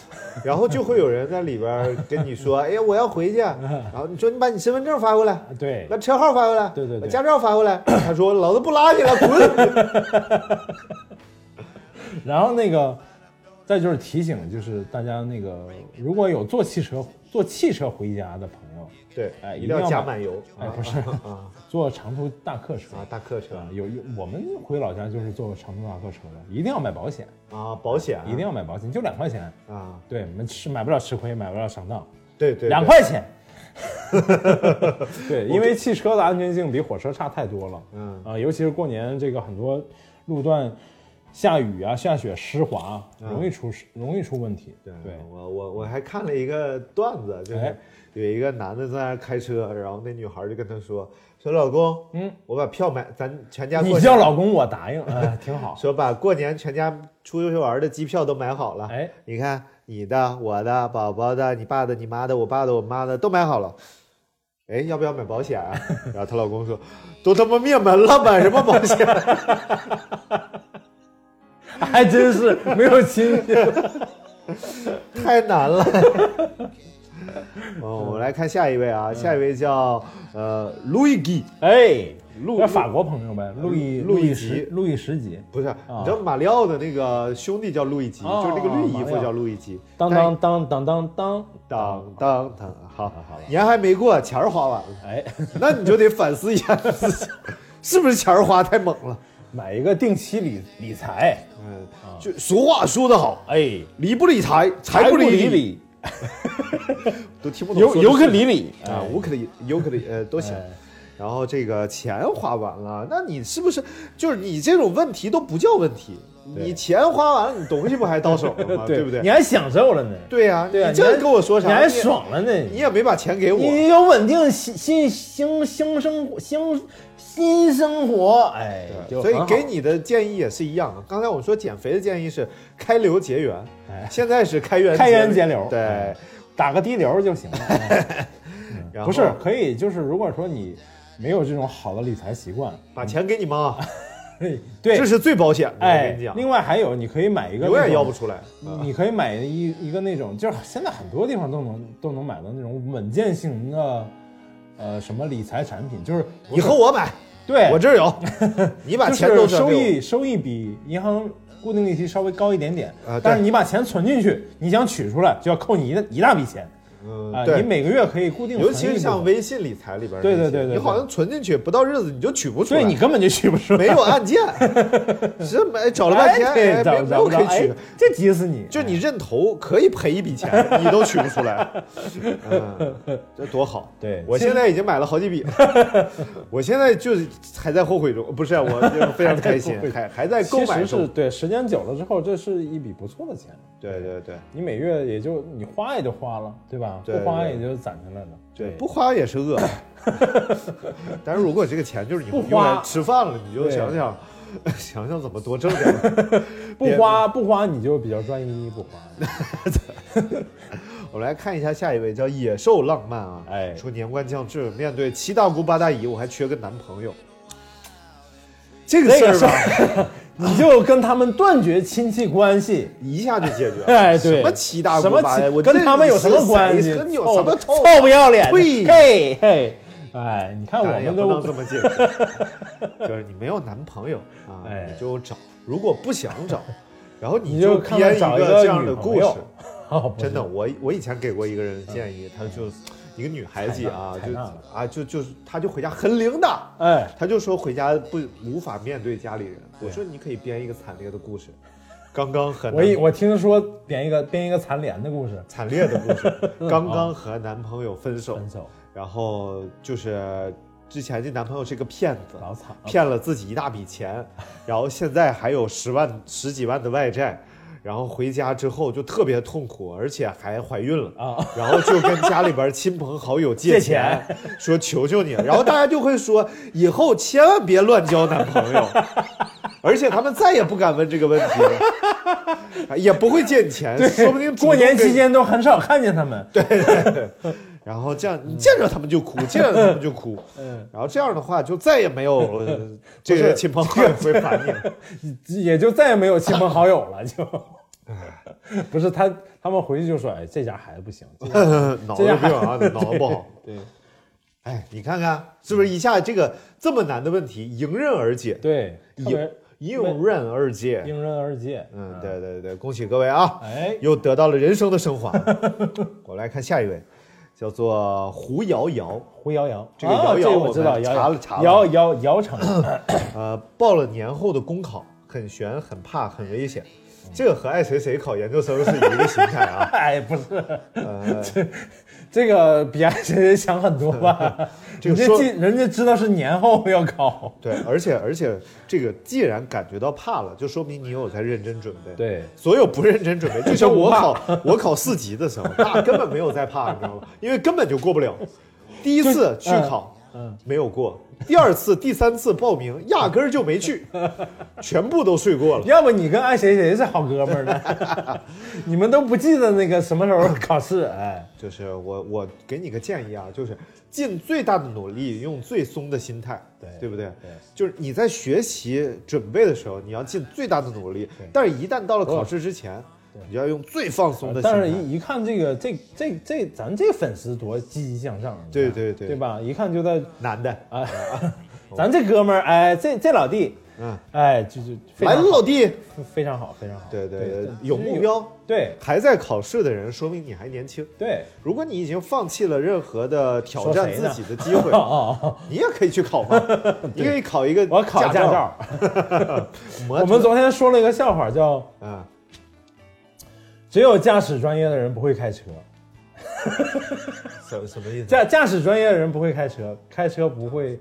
Speaker 1: 然后就会有人在里边儿跟你 说，哎呀，我要回去。然后你说你把你身份证发过来，
Speaker 2: 对
Speaker 1: 把车号发过来，
Speaker 2: 对对对
Speaker 1: 把驾照发过 来。他说老子不拉你了，滚！
Speaker 2: 然后那个，再就是提醒，就是大家那个，如果有坐汽车坐汽车回家的朋友，
Speaker 1: 对，
Speaker 2: 哎
Speaker 1: 一定要
Speaker 2: 一定要
Speaker 1: 加
Speaker 2: 买
Speaker 1: 满油。
Speaker 2: 哎，
Speaker 1: 啊
Speaker 2: 不是， 坐长途大客车
Speaker 1: 啊，大客车
Speaker 2: 啊，有有我们回老家就是坐长途大客车的，一定要买保险，
Speaker 1: 啊，保险
Speaker 2: 嗯一定要买保险，就两块钱，
Speaker 1: 啊，
Speaker 2: 对，没吃买不了吃亏，买不了上当，
Speaker 1: 对对，对
Speaker 2: 两 块钱。对，因为汽车的安全性比火车差太多了。
Speaker 1: 嗯
Speaker 2: 啊、尤其是过年这个很多路段下雨啊、下雪、湿滑，啊容易出事，容易出问题。对
Speaker 1: 啊我我我还看了一个段子，就是
Speaker 2: 哎
Speaker 1: 有一个男的在那儿开车，然后那女孩就跟他说说老公，嗯，我把票买，咱全家
Speaker 2: 你
Speaker 1: 过
Speaker 2: 叫
Speaker 1: 年，
Speaker 2: 老公，我答应，哎，挺好。
Speaker 1: 说把过年全家出去玩的机票都买好了，
Speaker 2: 哎，
Speaker 1: 你看你的、我的、宝宝的、你爸的、你妈的、我爸的、我妈的都买好了。哎，要不要买保险啊？ 然后她老公说：“都他妈灭门了，买什么保险？
Speaker 2: 还真是没有亲戚。
Speaker 1: 太难了。 哦，我们来看下一位啊，下一位叫呃路易吉，
Speaker 2: 哎，
Speaker 1: 路啊
Speaker 2: 那法国朋友呗，路易
Speaker 1: 路易吉
Speaker 2: 易十路易十几，
Speaker 1: 不是，你知道马里奥的那个兄弟叫路易吉，
Speaker 2: 哦
Speaker 1: 就是那个绿衣
Speaker 2: 马
Speaker 1: 服
Speaker 2: 里奥
Speaker 1: 叫路易吉。
Speaker 2: 当当当当当当，
Speaker 1: 当当当，哎好，
Speaker 2: 好了
Speaker 1: 年还没过，钱儿花完了，
Speaker 2: 哎，
Speaker 1: 那你就得反思一下自己，是不是钱儿花太猛了？
Speaker 2: 买一个定期理理财，
Speaker 1: 嗯，就俗话说得好，
Speaker 2: 哎，
Speaker 1: 理不理财，财不理理，，都听不懂说
Speaker 2: 尤
Speaker 1: 的是。
Speaker 2: 尤克里里
Speaker 1: 啊，
Speaker 2: 哎
Speaker 1: 乌克里尤克里呃都行。然后这个钱花完了，那你是不是就是你这种问题都不叫问题？
Speaker 2: 对
Speaker 1: 你钱花完了，你东西不还到手了吗？ 对不
Speaker 2: 你
Speaker 1: 对？
Speaker 2: 还享受了呢，
Speaker 1: 对呀，
Speaker 2: 对啊，
Speaker 1: 你这
Speaker 2: 还
Speaker 1: 跟我说啥？
Speaker 2: 你还
Speaker 1: 也，
Speaker 2: 爽了呢，
Speaker 1: 你也没把钱给我。
Speaker 2: 你有稳定新新新新生活新新生活，哎，就
Speaker 1: 所以
Speaker 2: 很好
Speaker 1: 给你的建议也是一样的。刚才我说减肥的建议是开流结缘，
Speaker 2: 哎
Speaker 1: 现在是开源
Speaker 2: 开源节流，
Speaker 1: 对啊
Speaker 2: 哎，打个滴流就行 了。哎
Speaker 1: 然后
Speaker 2: 不是，可以就是如果说你没有这种好的理财 习惯，
Speaker 1: 把钱给你妈，
Speaker 2: 对
Speaker 1: 这，是最保险的。我
Speaker 2: 哎
Speaker 1: 跟你，讲，
Speaker 2: 另外还有你可以买一个
Speaker 1: 永
Speaker 2: 那
Speaker 1: 远
Speaker 2: 种
Speaker 1: 要不出来。啊
Speaker 2: 你可以买一一个那种，就是现在很多地方都能都能买到那种稳健型的，呃，什么理财产品，就是不
Speaker 1: 以
Speaker 2: 是
Speaker 1: 后我买，
Speaker 2: 对
Speaker 1: 我这儿 有，你把
Speaker 2: 哎就
Speaker 1: 钱都
Speaker 2: 是
Speaker 1: 转
Speaker 2: 收
Speaker 1: 给我
Speaker 2: 益收益比银行固定利息稍微高一点点，
Speaker 1: 啊对
Speaker 2: 但是你把钱存进去，你想取出来就要扣你一大一大笔钱啊、
Speaker 1: 嗯，
Speaker 2: 你
Speaker 1: 对。
Speaker 2: 每个月可以固定存一
Speaker 1: 尤
Speaker 2: 部分，
Speaker 1: 其是像微信理财里边儿那
Speaker 2: 对
Speaker 1: 些，
Speaker 2: 对对对
Speaker 1: 你
Speaker 2: 对
Speaker 1: 好像存进去不到日子你就取不出来，
Speaker 2: 对你根本就取不 出来，
Speaker 1: 没有按键，是没找了半天，
Speaker 2: 哎对
Speaker 1: 哎
Speaker 2: 找
Speaker 1: 没
Speaker 2: 不
Speaker 1: 没
Speaker 2: 着
Speaker 1: 有
Speaker 2: 不着
Speaker 1: 可以取
Speaker 2: 哎，这急死你，
Speaker 1: 就
Speaker 2: 哎
Speaker 1: 你认投可以赔一笔 钱，你都取不出来，嗯，这多好。
Speaker 2: 对
Speaker 1: 我现在已经买了好几 笔了，我现在就是还在后悔中，不是啊我就非常开心
Speaker 2: 还在后悔，
Speaker 1: 还还在购
Speaker 2: 其
Speaker 1: 买
Speaker 2: 实是
Speaker 1: 中。
Speaker 2: 对，时间久了之后，这是一笔不错的钱。
Speaker 1: 对对对
Speaker 2: 你每月也就你花也就花了，对吧？
Speaker 1: 对
Speaker 2: 不花也就攒下来了。
Speaker 1: 对，不花也是 饿。但是如果这个钱就是你
Speaker 2: 不
Speaker 1: 用来
Speaker 2: 花
Speaker 1: 吃饭了，你就
Speaker 2: 对
Speaker 1: 想想 想想怎么多挣点。
Speaker 2: 不花不花你就比较专一， 不花。
Speaker 1: 我们来看一下下一位，叫野兽浪漫啊，
Speaker 2: 哎
Speaker 1: 说年关将至，面对七大姑八大姨，我还缺个男朋友。这个事儿
Speaker 2: 事
Speaker 1: 吧，
Speaker 2: 儿， 你就跟他们断绝亲戚 关系。
Speaker 1: 一下就解决了。
Speaker 2: 哎，对，
Speaker 1: 什么七大
Speaker 2: 什
Speaker 1: 姑
Speaker 2: 么
Speaker 1: 八
Speaker 2: 七
Speaker 1: 大姨，我
Speaker 2: 跟
Speaker 1: 这
Speaker 2: 他们有什么
Speaker 1: 是
Speaker 2: 关系？哦
Speaker 1: 谁跟你有什么
Speaker 2: 臭
Speaker 1: 仇？
Speaker 2: 臭不要脸的？
Speaker 1: 呸
Speaker 2: 嘿嘿，哎，你看我
Speaker 1: 哎也
Speaker 2: 们
Speaker 1: 不能这
Speaker 2: 都
Speaker 1: 么解 决，就是你没有男朋友啊，
Speaker 2: 哎
Speaker 1: 你就找；如果不想找，然后你
Speaker 2: 你就看看
Speaker 1: 编一
Speaker 2: 找一
Speaker 1: 个
Speaker 2: 个
Speaker 1: 这样
Speaker 2: 女
Speaker 1: 的
Speaker 2: 朋
Speaker 1: 故事
Speaker 2: 友。 哦不是
Speaker 1: 真的，我我以前给过一个人建议，她就一个女孩子啊，
Speaker 2: 太
Speaker 1: 就
Speaker 2: 纳了
Speaker 1: 啊就就是她就回家很灵的，
Speaker 2: 哎，
Speaker 1: 他就说回家不无法面对家里人。我说你可以编一个惨烈的故事， 刚刚和
Speaker 2: 我
Speaker 1: 男
Speaker 2: 以我听说编一个编一个残联的故事，
Speaker 1: 惨烈的 故事，刚刚和男朋友分手，
Speaker 2: 哦分手
Speaker 1: 然后就是之前这男朋友是个骗子，
Speaker 2: 老惨了。
Speaker 1: 骗了自己一大笔钱，然后现在还有十万十几万的外债。然后回家之后就特别痛苦，而且还怀孕了
Speaker 2: 啊！
Speaker 1: 然后就跟家里边亲朋好友借
Speaker 2: 借钱
Speaker 1: 说求求你了。然后大家就会说，以后千万别乱交男朋 友，而且他们再也不敢问这个问题了，啊也不会借你钱，说不定主动
Speaker 2: 过年
Speaker 1: 给
Speaker 2: 期
Speaker 1: 你
Speaker 2: 间都很少看见他们。对，
Speaker 1: 然后这样你见着他们就哭，见着他们就哭，
Speaker 2: 嗯，
Speaker 1: 然后这样的话就再也没有 呃这
Speaker 2: 不
Speaker 1: 个
Speaker 2: 是
Speaker 1: 亲朋好友会烦你了。
Speaker 2: 也就再也没有亲朋好友了，就。 不是他，他们回去就说：“哎，这家孩子不行。这家
Speaker 1: 脑子有病啊，脑子不好。”
Speaker 2: 对
Speaker 1: 哎，你看看是不是一下这个这么难的问题迎刃而解？
Speaker 2: 对，特
Speaker 1: 迎
Speaker 2: 别
Speaker 1: 迎刃而解。
Speaker 2: 迎刃而解。
Speaker 1: 嗯，对对对，恭喜各位啊，
Speaker 2: 哎，
Speaker 1: 又得到了人生的升华。我来看下一位，叫做胡瑶瑶，
Speaker 2: 胡瑶瑶，
Speaker 1: 这个
Speaker 2: 啊
Speaker 1: 瑶瑶
Speaker 2: 个
Speaker 1: 我
Speaker 2: 我知道，
Speaker 1: 们
Speaker 2: 瑶
Speaker 1: 查
Speaker 2: 瑶
Speaker 1: 了查了
Speaker 2: 瑶瑶瑶 城，
Speaker 1: 呃，报了年后的公考，很悬，很怕，很危险。这个和爱谁谁考研究生是一个心态啊。
Speaker 2: 哎，不是，
Speaker 1: 呃
Speaker 2: 这这个比爱谁谁强很多吧？
Speaker 1: 这个
Speaker 2: 人家
Speaker 1: 说
Speaker 2: 记，人家知道是年后 要考，
Speaker 1: 对，而且而且这个既然感觉到怕了，就说明你有在认真准备。
Speaker 2: 对
Speaker 1: 所有不认真 准备，就像我考我考四级的时候，那根本没有在怕，你知道吗？因为根本就过不了。第一次去考，嗯，没有过；第二次、第三次报名，压根儿就没 去，全部都睡过了。
Speaker 2: 要不你跟爱谁谁是好哥们儿呢？ 你们都不记得那个什么时候考试？哎，
Speaker 1: 就是我我给你个建议啊，就是尽最大的努力，用最松的心态，
Speaker 2: 对
Speaker 1: 对不对？
Speaker 2: 对
Speaker 1: 就是你在学习准备的时候，你要尽最大的努力
Speaker 2: 对，哦
Speaker 1: 但是一旦到了考试之前，你就要用最放松的心
Speaker 2: 呃但
Speaker 1: 态。
Speaker 2: 是一一看这个，这这这，咱这粉丝多积极向上，
Speaker 1: 对
Speaker 2: 你看
Speaker 1: 对对
Speaker 2: 对吧？一看就在
Speaker 1: 男的，
Speaker 2: 啊，咱这哥们儿，哎，这这老弟，
Speaker 1: 嗯，
Speaker 2: 哎，就就非
Speaker 1: 来
Speaker 2: 常
Speaker 1: 了
Speaker 2: 好
Speaker 1: 老弟，
Speaker 2: 非常好，非常好，
Speaker 1: 对对
Speaker 2: 对
Speaker 1: 对，有目标。
Speaker 2: 对
Speaker 1: 还在考试的人，说明你还年轻。
Speaker 2: 对，
Speaker 1: 如果你已经放弃了任何的挑
Speaker 2: 说
Speaker 1: 战
Speaker 2: 谁
Speaker 1: 自
Speaker 2: 呢
Speaker 1: 己的机会
Speaker 2: 哦，哦哦，
Speaker 1: 你也可以去考 嘛。你可以考一个
Speaker 2: 我考驾照，
Speaker 1: 摩
Speaker 2: 我
Speaker 1: 托
Speaker 2: 们昨天说了一个笑话，叫
Speaker 1: 啊，
Speaker 2: 只有驾驶专业的人不会开车，
Speaker 1: 什什么意思？
Speaker 2: 驾驾驶专业的人不会 开车，开车不会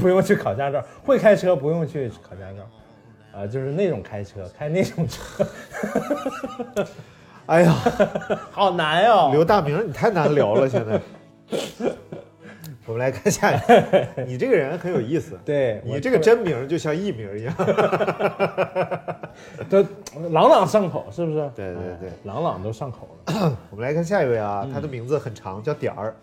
Speaker 2: 不用去考驾照，会开车不用去考驾照，啊，就是那种开车，开那种车，
Speaker 1: 哎呀，
Speaker 2: 好难哦呀、
Speaker 1: 刘大明，你太难聊了，现在。我们来看下一个，你这个人很有意思，
Speaker 2: 对我
Speaker 1: 你这个真名就像艺名一样。
Speaker 2: 这朗朗上口，是不是？
Speaker 1: 对对对
Speaker 2: 哎朗朗都上口了，
Speaker 1: 我们来看下一位啊，
Speaker 2: 嗯
Speaker 1: 他的名字很长，叫点儿。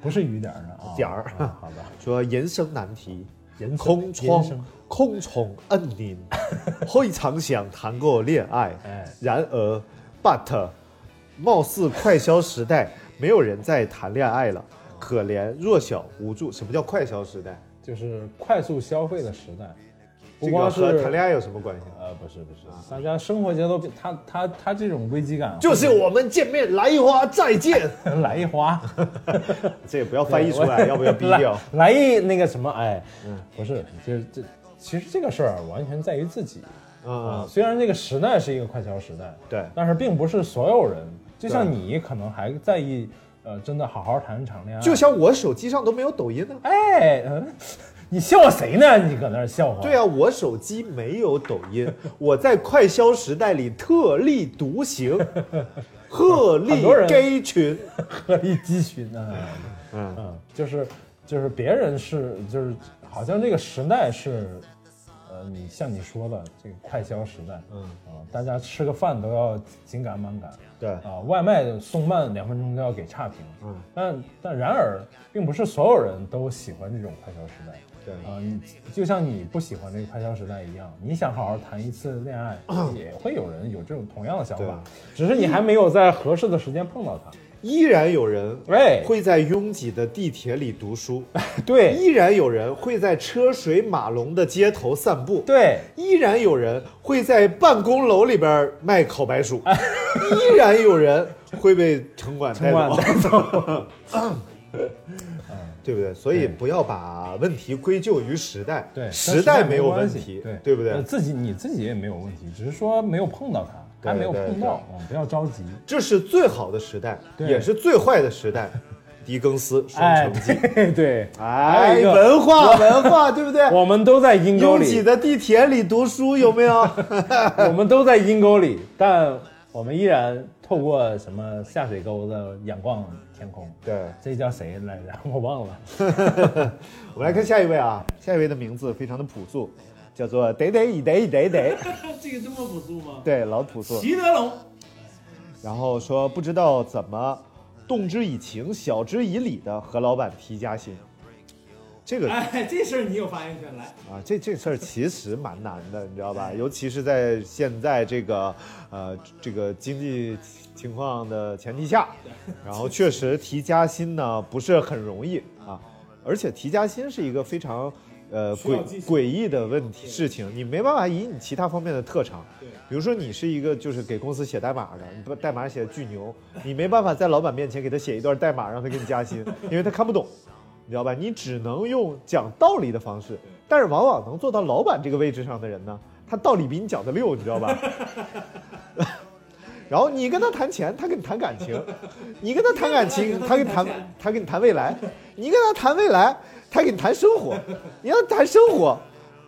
Speaker 2: 不是雨点儿啊，啊
Speaker 1: 点儿
Speaker 2: 啊好吧，
Speaker 1: 说人生难题，
Speaker 2: 人
Speaker 1: 空
Speaker 2: 人生
Speaker 1: 窗，空窗恩您，非常想谈过恋爱，
Speaker 2: 哎
Speaker 1: 然而，but，貌似快消时代没有人在谈恋爱了，可怜弱小无助。什么叫快消时代？
Speaker 2: 就是快速消费的时代，不
Speaker 1: 这
Speaker 2: 光
Speaker 1: 个
Speaker 2: 是
Speaker 1: 和谈恋爱有什么关系？
Speaker 2: 呃，不是不是，大家生活节奏，他他他这种危机感，啊
Speaker 1: 就是我们见面来一花再见，
Speaker 2: 来一花，
Speaker 1: 这也不要翻译出 来，要不要逼掉？
Speaker 2: 来一那个什么，哎，
Speaker 1: 嗯
Speaker 2: 不是，就是这其实这个事儿啊完全在于自己啊。
Speaker 1: 嗯，
Speaker 2: 虽然这个时代是一个快消时代，
Speaker 1: 对
Speaker 2: 但是并不是所有人，就像
Speaker 1: 对
Speaker 2: 你可能还在意，呃，真的好好谈一场恋爱，
Speaker 1: 就像我手机上都没有抖音呢。
Speaker 2: 哎，嗯，你笑谁呢？你搁那儿笑话？
Speaker 1: 对啊，我手机没有抖音， 我在快消时代里特立独 行，鹤立
Speaker 2: 很多人
Speaker 1: gay 群。
Speaker 2: 鹤立鸡群呢。嗯嗯，就是就是别人是就是好像这个时代是，呃，你像你说的这个快消时代，嗯啊、大家吃个饭都要紧赶慢赶。
Speaker 1: 对
Speaker 2: 啊、外卖送慢两分钟都要给差评。嗯，但但然而，并不是所有人都喜欢这种快消时代。
Speaker 1: 对
Speaker 2: 啊、你就像你不喜欢这个快消时代一样，你想好好谈一次恋 爱，也会有人有这种同样的想
Speaker 1: 对
Speaker 2: 法，只是你还没有在合适的时间碰到 他。
Speaker 1: 依然有人
Speaker 2: 哎
Speaker 1: 会在拥挤的地铁里读书，
Speaker 2: 对，
Speaker 1: 依然有人会在车水马龙的街头散步，
Speaker 2: 对，
Speaker 1: 依然有人会在办公楼里边卖烤白薯，依然有人会被城管带
Speaker 2: 城
Speaker 1: 走
Speaker 2: 管，
Speaker 1: 对不对？所以不要把问题归咎于时代，
Speaker 2: 对，跟
Speaker 1: 时代没有
Speaker 2: 关
Speaker 1: 问
Speaker 2: 系
Speaker 1: 题，
Speaker 2: 对，
Speaker 1: 不
Speaker 2: 呃
Speaker 1: 对？
Speaker 2: 自己你自己也没有问题，只是说没有碰到他，还
Speaker 1: 对
Speaker 2: 没有
Speaker 1: 对
Speaker 2: 碰
Speaker 1: 对
Speaker 2: 到，嗯不要着急。
Speaker 1: 这是最好的时代，
Speaker 2: 对
Speaker 1: 也是最坏的时 代。狄更斯双
Speaker 2: 哎，
Speaker 1: 城记，
Speaker 2: 对 对，
Speaker 1: 哎，
Speaker 2: 还有一个
Speaker 1: 文化文化，对不对？
Speaker 2: 我们都在阴沟
Speaker 1: 拥挤
Speaker 2: 里，
Speaker 1: 的地铁里读书有没有？
Speaker 2: 我们都在阴沟里，但我们依然透过什么下水沟子仰望天空。
Speaker 1: 对，
Speaker 2: 这叫谁来着？ 我忘了。
Speaker 1: 我们来看下一位啊，下一位的名字非常的朴素，叫做得得以得以得以得，
Speaker 6: 这个这么朴素吗？
Speaker 1: 对，老朴素。
Speaker 6: 齐德龙，
Speaker 1: 然后说不知道怎么动之以情，晓之以理的和老板提加薪。这个
Speaker 6: 哎，这事儿你有发言权，来，
Speaker 1: 啊，这这事儿其实蛮难的，你知道吧？尤其是在现在这个呃这个经济情况的前提下，然后确实提加薪呢不是很容易啊，而且提加薪是一个非常呃
Speaker 6: 需要
Speaker 1: 诡
Speaker 6: 技术
Speaker 1: 诡异的问题事情，你没办法以你其他方面的特长，比如说你是一个就是给公司写代码的，你把代码写的巨牛，你没办法在老板面前给他写一段代码让他给你加薪，因为他看不懂。你知道吧？你只能用讲道理的方式，但是往往能做到老板这个位置上的人呢，他道理比你讲的溜，你知道吧？ 然后你跟他谈钱，他跟你谈感情；你跟他谈感情，他跟你谈他跟你谈未来；你跟他谈未来，他跟你谈生活；你跟他谈生活，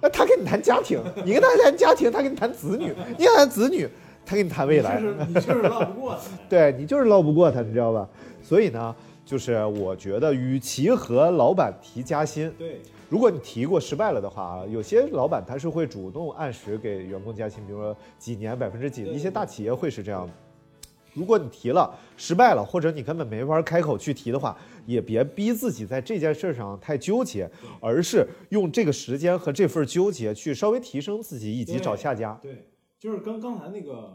Speaker 1: 那他跟你谈家庭；你跟他谈家庭，他跟你谈子女；你跟他谈子女，他跟你谈未来。
Speaker 6: 就是你就是绕不过他。
Speaker 1: 对你就是绕不过他，你知道吧？所以呢，就是我觉得，与其和老板提加薪，
Speaker 6: 对，
Speaker 1: 如果你提过失败了的话啊，有些老板他是会主动按时给员工加薪，比如说几年百分之几，一些大企业会是这样的。如果你提了失败了，或者你根本没法开口去提的话，也别逼自己在这件事上太纠结，而是用这个时间和这份纠结去稍微提升自己，以及
Speaker 6: 对
Speaker 1: 找下家。
Speaker 6: 对，就是跟刚才那个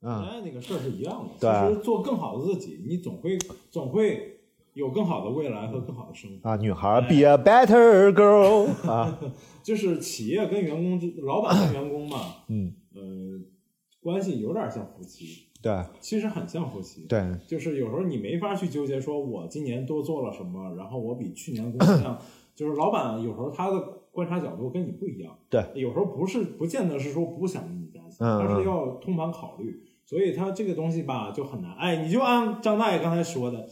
Speaker 6: 谈
Speaker 1: 嗯
Speaker 6: 恋爱那个事儿是一样的。
Speaker 1: 对啊
Speaker 6: 其实做更好的自己，你总会总会有更好的未来和更好的生活。
Speaker 1: 啊，女孩儿，be a better girl 啊，
Speaker 6: 就是企业跟员工之，老板跟员工嘛，
Speaker 1: 嗯，
Speaker 6: 呃，关系有点像夫妻，
Speaker 1: 对
Speaker 6: 其实很像夫妻。
Speaker 1: 对，
Speaker 6: 就是有时候你没法去纠结，说我今年多做了什么，然后我比去年工作量，就是老板有时候他的观察角度跟你不一样，
Speaker 1: 对，
Speaker 6: 有时候不是不见得是说不想给你加薪，
Speaker 1: 嗯嗯
Speaker 6: 而是要通盘考虑，所以他这个东西吧就很难，哎，你就按张大爷刚才说的，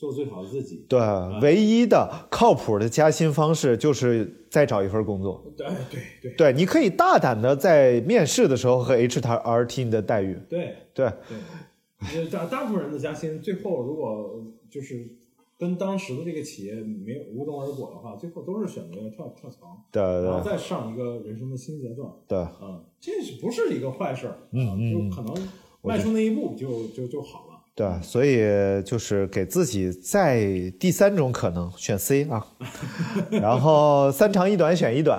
Speaker 2: 做最好的自己。
Speaker 1: 对，唯一的靠谱的加薪方式就是再找一份工作。
Speaker 2: 对对对
Speaker 1: 对，你可以大胆的在面试的时候和 HR 提你的待遇。
Speaker 2: 对
Speaker 1: 对，
Speaker 2: 对，呃大大部分人的加薪最后如果就是跟当时的这个企业没有无功而果的话，最后都是选择跳跳槽，
Speaker 1: 对
Speaker 2: 然后
Speaker 1: 对
Speaker 2: 再上一个人生的新阶段。
Speaker 1: 对，
Speaker 2: 嗯，这是不是一个坏事儿？嗯就可能迈出那一步就就就好了。
Speaker 1: 对，所以就是给自己在第三种可能选 C 啊， 然后三长一短选一短，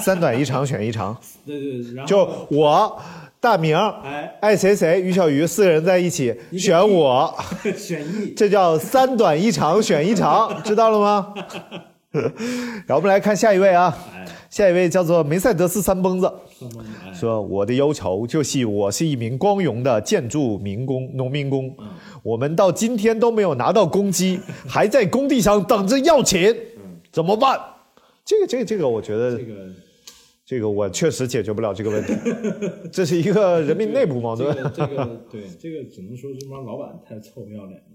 Speaker 1: 三短一长选一长。
Speaker 2: 对对，然后
Speaker 1: 就我大明、
Speaker 2: 哎，
Speaker 1: 爱谁谁、于小鱼四个人在一起
Speaker 2: 一个
Speaker 1: 选我，
Speaker 2: 选一，
Speaker 1: 这叫三短一长选一长，知道了吗？ 然后我们来看下一位啊，
Speaker 2: 哎，
Speaker 1: 下一位叫做梅赛德斯三蹦子，
Speaker 2: 三帮哎，
Speaker 1: 说我的要求就是我是一名光荣的建筑民工、农民工，
Speaker 2: 嗯
Speaker 1: 我们到今天都没有拿到工 资，还在工地上等着要钱，怎么办？这个这个这个，我觉得
Speaker 2: 嗯这 个
Speaker 1: 这个我确实解决不了这个问 题，这是一个人民内部矛
Speaker 2: 这
Speaker 1: 盾，
Speaker 2: 个这个对，这个只能说这帮老板太臭不要脸了。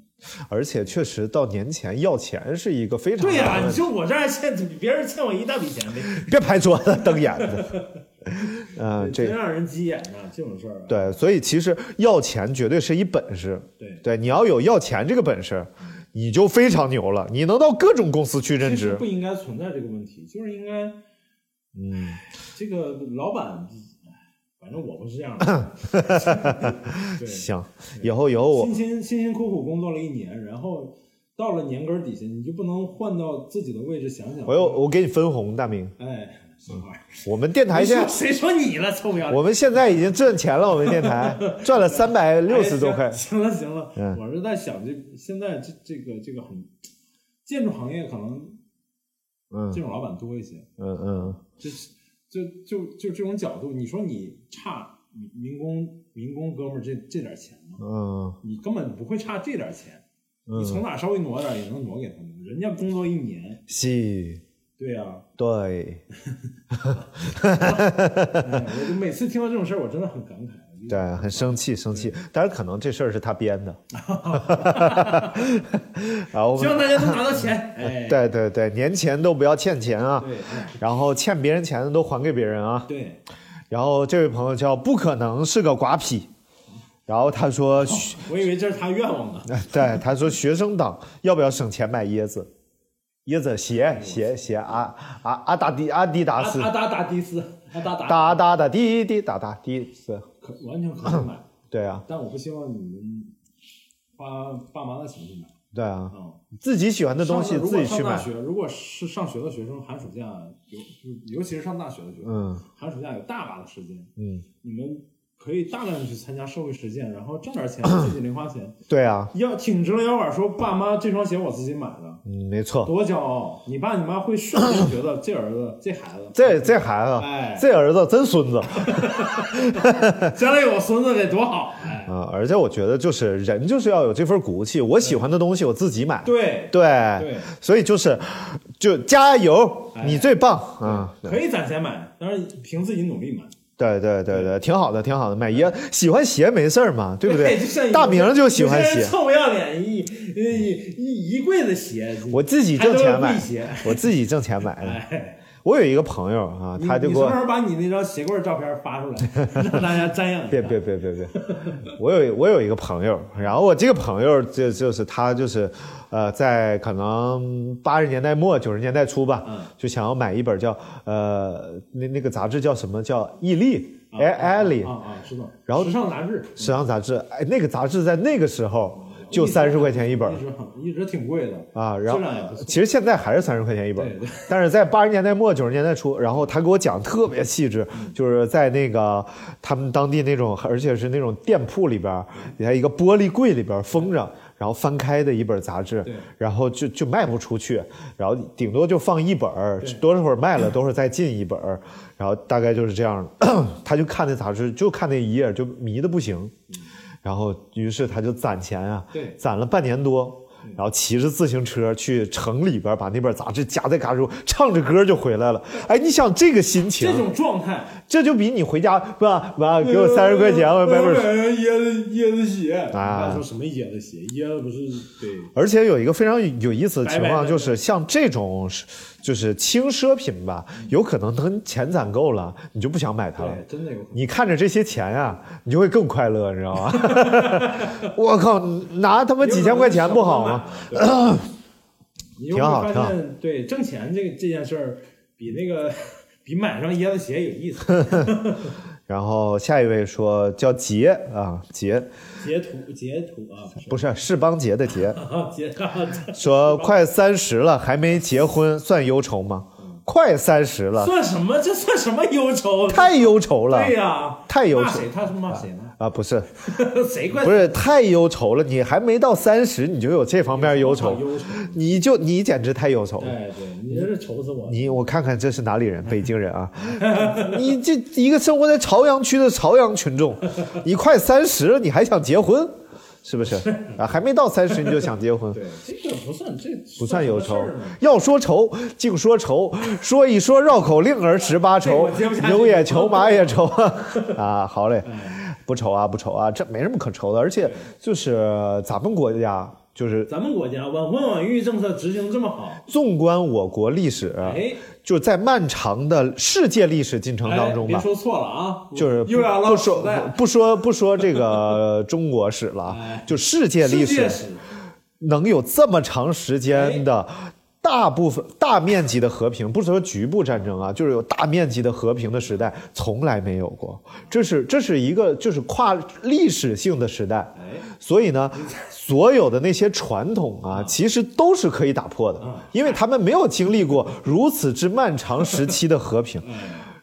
Speaker 1: 而且确实到年前要钱是一个非常
Speaker 2: 对
Speaker 1: 大 的
Speaker 2: 呀，你
Speaker 1: 问题
Speaker 2: 说啊我这还欠别人欠我一大笔钱呗，
Speaker 1: 别拍桌子瞪眼 子，嗯，
Speaker 2: 真
Speaker 1: 这
Speaker 2: 让人急眼啊，这种事儿啊。
Speaker 1: 对，所以其实要钱绝对是一本事，
Speaker 2: 对
Speaker 1: 对，你要有要钱这个本事，你就非常牛了，你能到各种公司去任
Speaker 2: 其实
Speaker 1: 职
Speaker 2: 不。应该存在这个问题，就是应该，嗯，这个老板，哎反正我不是这样 的。对，辛
Speaker 1: 行，以后以后我
Speaker 2: 辛辛辛苦苦工作了一年，然后到了年根儿底下，你就不能换到自己的位置想想。
Speaker 1: 我又我给你分红，大明，
Speaker 2: 哎，什么玩意儿？
Speaker 1: 我们电台现
Speaker 2: 谁
Speaker 1: 在
Speaker 2: 说谁说你了，臭不要脸！
Speaker 1: 我们现在已经挣钱了，我们电 台赚了三百六十多块
Speaker 2: 哎。行行了行了，
Speaker 1: 嗯
Speaker 2: 我是在想这现在这这个这个很建筑行业可能
Speaker 1: 嗯
Speaker 2: 这种老板多一些。
Speaker 1: 嗯嗯，
Speaker 2: 就是就就就这种角度，你说你差民民工民工哥们儿这这点钱吗？
Speaker 1: 嗯，
Speaker 2: 你根本不会差这点钱，你从哪稍微挪点儿也能挪给他们。人家工作一年，
Speaker 1: 是，
Speaker 2: 对呀、啊
Speaker 1: 对
Speaker 2: 哎我就每次听到这种事儿，我真的很感慨。啊
Speaker 1: 对，很生气，生气。当然，可能这事儿是他编 的。 啊，我
Speaker 2: 希
Speaker 1: 们
Speaker 2: 望大家都拿到 钱，哎，
Speaker 1: 对对对，年前都不要欠钱啊，
Speaker 2: 对哎
Speaker 1: 然后欠别人钱的都还给别人啊。
Speaker 2: 对，
Speaker 1: 然后这位朋友叫不可能是个瓜皮，然后他
Speaker 2: 哦
Speaker 1: 说，学
Speaker 2: 我以为这是他愿望呢。
Speaker 1: 对，他说学生党要不要省钱买椰子？椰子鞋
Speaker 2: 哦
Speaker 1: 鞋鞋阿阿阿达迪阿迪达
Speaker 2: 阿
Speaker 1: 斯
Speaker 2: 阿达达迪斯，阿达达，
Speaker 1: 哒哒哒滴滴哒哒滴是，
Speaker 2: 可完全可以买，
Speaker 1: 对啊
Speaker 2: 但我不希望你们花爸妈的钱去买
Speaker 1: 对啊，
Speaker 2: 啊。
Speaker 1: 自己喜欢的东西
Speaker 2: 上如
Speaker 1: 自
Speaker 2: 果
Speaker 1: 己去
Speaker 2: 上大
Speaker 1: 买，
Speaker 2: 学，如果是上学的学生，寒暑假尤尤其是上大学的学生，
Speaker 1: 嗯
Speaker 2: 寒暑假有大把的时间，
Speaker 1: 嗯，
Speaker 2: 你们可以大量的去参加社会实践，然后挣点钱，自己零花钱，
Speaker 1: 对啊，
Speaker 2: 要挺直了腰板说，爸妈这双鞋我自己买的，
Speaker 1: 嗯没错。
Speaker 2: 多骄傲！你爸你妈会瞬间觉得这儿子这孩子，
Speaker 1: 这这孩子，
Speaker 2: 哎
Speaker 1: 这儿子真孙子啊、
Speaker 2: 将来有孙子得多好！哎，
Speaker 1: 嗯而且我觉得，就是人就是要有这份骨气。我喜欢的东西，我自己买。
Speaker 2: 对
Speaker 1: 对
Speaker 2: 对
Speaker 1: 所以就是，就加油，
Speaker 2: 哎
Speaker 1: 你最棒啊！
Speaker 2: 可以攒钱买，当然凭自己努力买。
Speaker 1: 对对对对，挺好的，挺好的。买
Speaker 2: 哎
Speaker 1: 椰喜欢鞋没事儿嘛，对不
Speaker 2: 就像有
Speaker 1: 大明就喜欢
Speaker 2: 有些人
Speaker 1: 鞋，
Speaker 2: 臭不要脸一呃一一一柜子鞋，
Speaker 1: 我自己挣钱买
Speaker 2: 还都是贵鞋，
Speaker 1: 我自己挣钱买的。
Speaker 2: 哎，
Speaker 1: 我有一个朋友啊，
Speaker 2: 你
Speaker 1: 他就
Speaker 2: 你
Speaker 1: 给
Speaker 2: 什
Speaker 1: 我
Speaker 2: 么时候把你那张鞋柜儿照片 发出来，让大家瞻仰一下？
Speaker 1: 别别别别别！我有我有一个朋友，然后我这个朋友就就是他就是，呃，在可能八十年代末九十年代初吧，
Speaker 2: 嗯
Speaker 1: 就想要买一本叫呃那那个杂志叫什么叫《毅力》哎艾丽
Speaker 2: 啊啊，知道。
Speaker 1: 然后
Speaker 2: 时尚杂志
Speaker 1: 时尚杂志，哎，那个杂志在那个时候就三十块钱一本
Speaker 2: 一直很一直挺贵的，
Speaker 1: 啊，然后
Speaker 2: 质量也不错
Speaker 1: 其实现在还是三十块钱一本
Speaker 2: 对对，
Speaker 1: 但是在八十年代末九十年代初，然后他给我讲特别细致，
Speaker 2: 嗯
Speaker 1: 就是在那个他们当地那种，而且是那种店铺里边儿，底下一个玻璃柜里边儿封着。然后翻开的一本杂志
Speaker 2: 对，
Speaker 1: 然后就就卖不出去，然后顶多就放一本儿，多少会儿卖了，多少再进一本儿，然后大概就是这样的。 他就看那杂志，就看那一页，就迷的不行。然后于是他就攒钱啊，
Speaker 2: 嗯对
Speaker 1: 攒了半年多，然后骑着自行车去城里边把那本杂志夹在嘎吱窝，唱着歌就回来了。哎，你想这个心情
Speaker 2: 这，种状态，
Speaker 1: 这就比你回家不完给我三十块钱，
Speaker 2: 呃
Speaker 1: 我买本书。
Speaker 2: 本椰子椰子鞋
Speaker 1: 啊
Speaker 2: 你说什么椰子鞋？椰子不是对
Speaker 1: 而且有一个非常有意思的情
Speaker 2: 白白
Speaker 1: 况，
Speaker 2: 的
Speaker 1: 就是像这种是就是轻奢品吧，有可能等钱攒够了，你就不想买它了。
Speaker 2: 对，真的有可能。
Speaker 1: 你看着这些钱呀、你就会更快乐，你知道吗？ 我靠，拿他妈几千块钱不好吗？
Speaker 2: 你有
Speaker 1: 挺好
Speaker 2: 没
Speaker 1: 挺
Speaker 2: 有发
Speaker 1: 好
Speaker 2: 现，对挣钱这个这件事儿，比那个 比买上椰子鞋有意思。
Speaker 1: 然后下一位说叫杰啊，杰
Speaker 2: 截图截图啊，
Speaker 1: 不是是邦杰的杰，
Speaker 2: 啊截啊，这
Speaker 1: 说快三十了还没结婚算忧愁吗？快三十了，
Speaker 2: 算什么？这算什么忧愁？
Speaker 1: 太忧愁了，
Speaker 2: 对呀、
Speaker 1: 太忧
Speaker 2: 骂
Speaker 1: 愁
Speaker 2: 谁？他是骂谁呢？
Speaker 1: 啊，不是
Speaker 2: 谁怪
Speaker 1: 不是太忧愁了，你还没到三十你就有这方面忧愁，
Speaker 2: 忧愁。
Speaker 1: 你就你简直太忧愁了。
Speaker 2: 哎，对，你这是愁死我了。
Speaker 1: 你我看看这是哪里人？北京人啊！ 你这一个生活在朝阳区的朝阳群 众，你快三十了，你还想结婚，是不是？啊，还没到三十你就想结婚，
Speaker 2: 对，这个不算，这
Speaker 1: 不
Speaker 2: 不
Speaker 1: 算忧愁
Speaker 2: 什么事儿呢。
Speaker 1: 要说愁，竟说愁，说一说绕口令儿十八愁
Speaker 2: 哎这我接不下，去哎
Speaker 1: 牛也愁，马也 愁啊！好嘞，不愁啊，不愁啊，这没什么可愁的。而且就是咱们国家，就是
Speaker 2: 咱们国家晚婚晚育政策执行得这么好，
Speaker 1: 纵观我国历史，
Speaker 2: 哎，
Speaker 1: 就在漫长的世界历史进程当中
Speaker 2: 哎别
Speaker 1: 吧，
Speaker 2: 说错了啊，
Speaker 1: 就是
Speaker 2: 又要
Speaker 1: 不
Speaker 2: 唠
Speaker 1: 说
Speaker 2: 时代
Speaker 1: 不说不说这个中国史了啊
Speaker 2: 哎，
Speaker 1: 就世界历
Speaker 2: 世
Speaker 1: 史
Speaker 2: 界史，
Speaker 1: 能有这么长时
Speaker 2: 哎
Speaker 1: 间的。大部分大面积的和平，不是说局部战争啊，就是有大面积的和平的时代，从来没有过。这是这是一个就是跨历史性的时代，
Speaker 2: 哎，
Speaker 1: 所以呢，所有的那些传统啊，其实都是可以打破的，
Speaker 2: 嗯
Speaker 1: 因为他们没有经历过如此之漫长时期的和 平。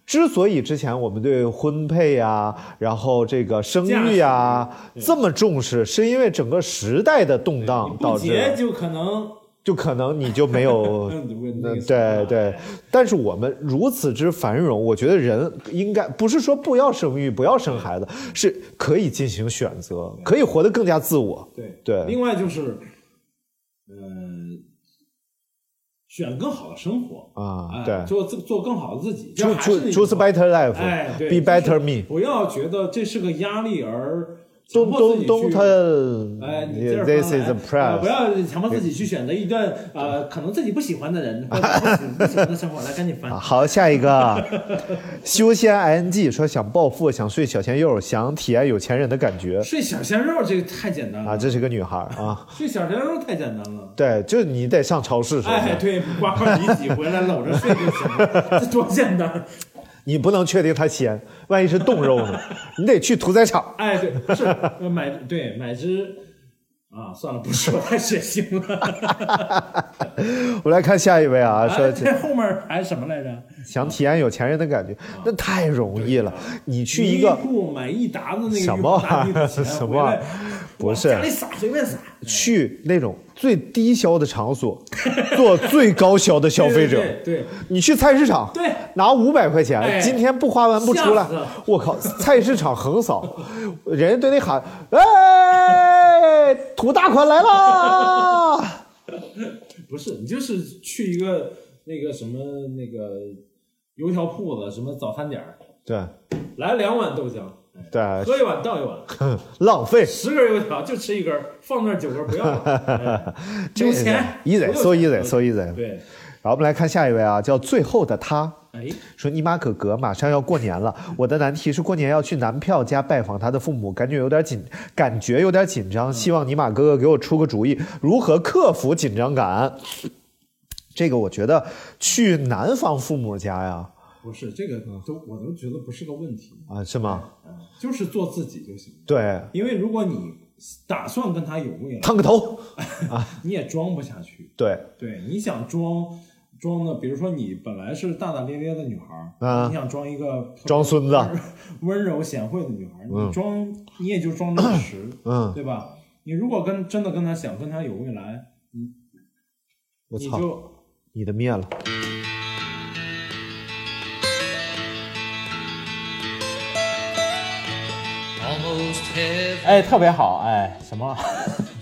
Speaker 1: 之所以之前我们对婚配啊，然后这个生育啊这么重视，是因为整个时代的动荡
Speaker 2: 不
Speaker 1: 导致
Speaker 2: 结
Speaker 1: 的，
Speaker 2: 就可能
Speaker 1: 就可能你就没有
Speaker 2: 嗯对 那
Speaker 1: 那
Speaker 2: 个
Speaker 1: 对对，但是我们如此之繁荣，我觉得人应该不是说不要生育、不要生孩子，是可以进行选择，可以活得更加自我。
Speaker 2: 对
Speaker 1: 对
Speaker 2: 另外就是，呃，选更好的生活
Speaker 1: 啊
Speaker 2: 哎
Speaker 1: 对
Speaker 2: 做自做更好的自己，就
Speaker 1: Choose
Speaker 2: 还是那
Speaker 1: choose
Speaker 2: 句
Speaker 1: choose
Speaker 2: 话
Speaker 1: better life,、
Speaker 2: 哎，对
Speaker 1: be
Speaker 2: 就
Speaker 1: better
Speaker 2: 是
Speaker 1: me.
Speaker 2: 不要觉得这是个压力而强
Speaker 1: Don't
Speaker 2: 迫自己
Speaker 1: don't
Speaker 2: 去
Speaker 1: don't.
Speaker 2: 哎，你
Speaker 1: uh,
Speaker 2: 这
Speaker 1: This is
Speaker 2: 的
Speaker 1: a
Speaker 2: 哎啊不
Speaker 1: price.
Speaker 2: 要强迫自己去选择一段呃，可能自己不喜欢的人或者不喜不喜欢的生活。来，赶紧 翻
Speaker 1: 啊，好，下一个， 修仙 ing 说想暴富，想睡小鲜肉，想体验有钱人的感觉
Speaker 2: 睡小鲜肉，这个太简单
Speaker 1: 啊，
Speaker 2: 了。
Speaker 1: 这是个女孩儿啊，
Speaker 2: 睡小鲜肉太简单了。
Speaker 1: 对，就你得上超市是吧？
Speaker 2: 哎，对，刮刮里脊回来搂着睡就行 了，这多简单！
Speaker 1: 你不能确定它鲜，万一是冻肉 呢？你得去屠宰场。
Speaker 2: 哎，对，不是呃买对买只啊，算了，不说太血 腥了。
Speaker 1: 我来看下一位啊，
Speaker 2: 哎，
Speaker 1: 说
Speaker 2: 这后面还什么来着？
Speaker 1: 想体验有钱人的感觉，
Speaker 2: 哦
Speaker 1: 那太容易了。你去一
Speaker 2: 优
Speaker 1: 个
Speaker 2: 衣库买一沓子那个
Speaker 1: 什么玩
Speaker 2: 浴
Speaker 1: 意
Speaker 2: 霸
Speaker 1: 儿
Speaker 2: 打底 的钱
Speaker 1: 什么
Speaker 2: 回来
Speaker 1: 玩意儿不
Speaker 2: 往
Speaker 1: 是
Speaker 2: 家里撒随便撒，
Speaker 1: 去那种最低消的场 所，做最高消的 消费者。
Speaker 2: 对对
Speaker 1: 你去菜市场，
Speaker 2: 对
Speaker 1: 拿五百块钱，
Speaker 2: 哎
Speaker 1: 今天不花完不出来
Speaker 2: 吓死了，
Speaker 1: 我靠！菜市场横扫，人家对你喊：“ 哎，土大款来啦
Speaker 2: 对不是你就是去一个那个什么那个油条铺子什么早餐点儿！”
Speaker 1: 对
Speaker 2: 来两碗豆浆，哎
Speaker 1: 对，
Speaker 2: 喝一碗倒一碗，
Speaker 1: 浪费。
Speaker 2: 十根油条就吃一根儿，放那儿九根儿不 要了，哎有钱
Speaker 1: ，easy
Speaker 2: 不要
Speaker 1: so
Speaker 2: 钱嗯
Speaker 1: easy so easy。
Speaker 2: 对，
Speaker 1: 然后我们来看下一位啊，叫最后的他。
Speaker 2: 哎，
Speaker 1: 说尼玛可格马上要过年了，我的难题是过年要去男票家拜访他的父母，感觉有点紧，感觉有点紧张，希望尼玛哥哥给我出个主意，如何克服紧张感。这个我觉得去男方父母家呀，
Speaker 2: 不哦是这个啊都我都觉得不是个问题，
Speaker 1: 啊是吗？
Speaker 2: 嗯就是做自己就行了。
Speaker 1: 对，
Speaker 2: 因为如果你打算跟他有未来，
Speaker 1: 烫个头，
Speaker 2: 你也装不下去。
Speaker 1: 对，
Speaker 2: 对，你想装装的，比如说你本来是大大咧咧的女孩儿，
Speaker 1: 啊
Speaker 2: 你想装一个
Speaker 1: 装孙子
Speaker 2: 温温柔贤惠的女孩儿，你装、你也就装那么实，
Speaker 1: 嗯，
Speaker 2: 对吧？你如果跟真的跟他想跟他有未来，
Speaker 1: 我
Speaker 2: 你
Speaker 1: 操，
Speaker 2: 就
Speaker 1: 你的灭了。
Speaker 5: 哎，特别好，哎，什么？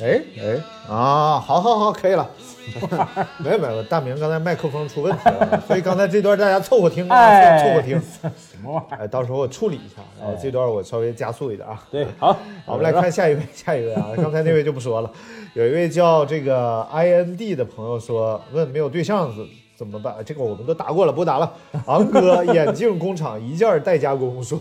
Speaker 1: 哎哎啊，好好好，可以了。 没没，大明刚才麦克风出问题了，所以刚才这段大家凑合听啊，
Speaker 2: 哎
Speaker 1: 凑合 听。
Speaker 2: 什么玩意儿？
Speaker 1: 哎，到时候我处理一下，然后这段我稍微加速一点啊。
Speaker 2: 对，好，
Speaker 1: 好，我们来看下一位，下一位啊，刚才那位就不说了。有一位叫这个 I N D 的朋友说，问没有对象怎怎么办？这个我们都答过了，不答了。昂哥眼镜工厂一件儿代加工说，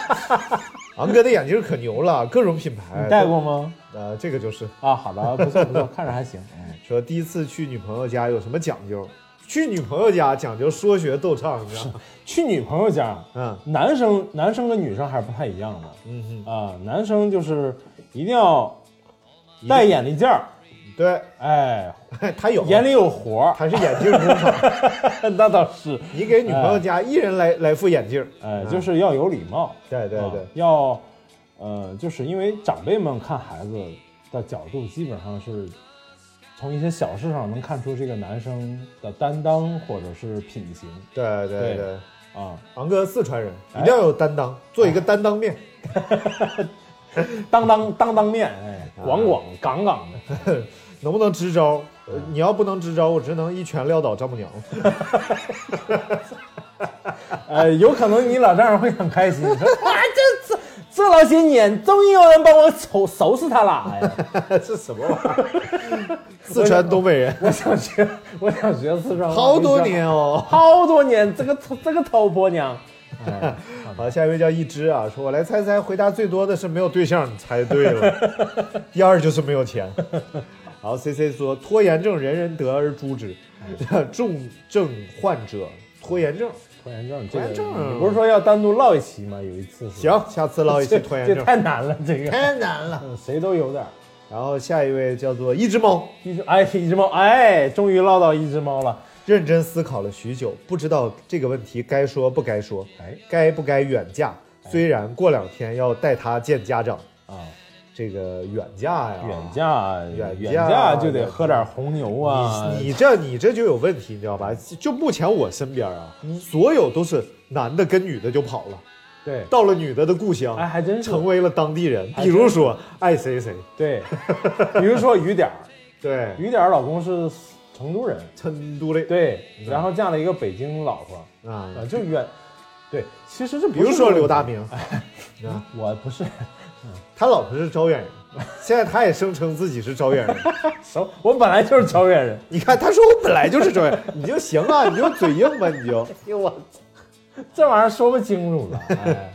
Speaker 1: 昂哥的眼镜可牛了，各种品牌。
Speaker 2: 戴过吗？
Speaker 1: 呃，这个就是
Speaker 2: 啊，好的，不错不错，看着还行。哎，
Speaker 1: 说第一次去女朋友家有什么讲究？去女朋友家讲究说学逗唱，你知道吗？
Speaker 2: 去女朋友家，
Speaker 1: 嗯
Speaker 2: 男生男生跟女生还是不太一样的。
Speaker 1: 嗯
Speaker 2: 啊，男生就是一定要戴眼力劲儿，
Speaker 1: 嗯，对，
Speaker 2: 哎，
Speaker 1: 他有
Speaker 2: 眼里有活儿，
Speaker 1: 他是眼镜工厂，
Speaker 2: 那倒是，
Speaker 1: 你 给女朋友家一人来来副眼镜儿，
Speaker 2: 哎，就是要有礼貌，
Speaker 1: 对对
Speaker 2: 啊
Speaker 1: 对，
Speaker 2: 要，呃，就是因为长辈们看孩子的角度，基本上是从一些小事上能看出这个男生的担当或者是品行
Speaker 1: 对对
Speaker 2: 对
Speaker 1: 对。
Speaker 2: 啊，
Speaker 1: 昂哥四川人，一
Speaker 2: 哎啊
Speaker 1: 定要有担当，做一个担当面。
Speaker 2: 当当当当面，哎，广广杠杠的，
Speaker 1: 能不能支招？呃
Speaker 2: 嗯
Speaker 1: 你要不能支招，我只能一拳撂倒丈母娘。
Speaker 2: 呃，有可能你老丈人会很开 心，说哇，这这这老些年，终于有人帮我收收拾他了，哎呀。
Speaker 1: 这什么玩意 儿？四川东北人，
Speaker 2: 我想学， 我想学四川话。
Speaker 1: 好多年，哦。
Speaker 2: 好多年，这个这个头婆娘，
Speaker 1: 好，下一位叫一只啊，说我来猜猜，回答最多的是没有对象，你猜对了。第二就是没有钱。然后 C C 说，拖延症人人得而诛之，重症患者拖延症。
Speaker 2: 拖延症，这
Speaker 1: 拖延症
Speaker 2: 个你不是说要单独唠一期吗？有一次是
Speaker 1: 行，下次唠一期
Speaker 2: 这
Speaker 1: 拖延
Speaker 2: 这
Speaker 1: 症，
Speaker 2: 太难了，这个
Speaker 1: 太难了。
Speaker 2: 嗯谁都有点儿。
Speaker 1: 然后下一位叫做一只猫，
Speaker 2: 一只哎，一只猫，哎，终于唠到一只猫了。
Speaker 1: 认真思考了许久，不知道这个问题该说不该说，
Speaker 2: 哎
Speaker 1: 该不该远嫁。虽然过两天要带他见家长，
Speaker 2: 啊，
Speaker 1: 这个远嫁呀，
Speaker 2: 远嫁，
Speaker 1: 啊远
Speaker 2: 远
Speaker 1: 嫁
Speaker 2: 嫁就得喝点红牛啊。
Speaker 1: 你你这你这就有问题，你知道吧？就目前我身边啊，
Speaker 2: 嗯
Speaker 1: 所有都是男的跟女的就跑了，
Speaker 2: 对，
Speaker 1: 到了女的的故乡，
Speaker 2: 哎，还真是
Speaker 1: 成为了当地人。比如说爱谁谁，
Speaker 2: 对。比如说雨点儿，
Speaker 1: 对，
Speaker 2: 雨点儿老公是成都人，
Speaker 1: 成都嘞，
Speaker 2: 哎对，然后嫁了一个北京老婆，
Speaker 1: 啊，
Speaker 2: 啊，就远，对，其实这不
Speaker 1: 比
Speaker 2: 是
Speaker 1: 如说
Speaker 2: 个问
Speaker 1: 刘大
Speaker 2: 题，
Speaker 1: 明，
Speaker 2: 我不是，
Speaker 1: 他老婆是招远人，现在他也声称自己是招远人。
Speaker 2: 什么我本来就是招远人，
Speaker 1: 你看，他说我本来就是这样，你就行啊，你就嘴硬吧，你 就。
Speaker 2: 这玩意儿说不清楚了，哎，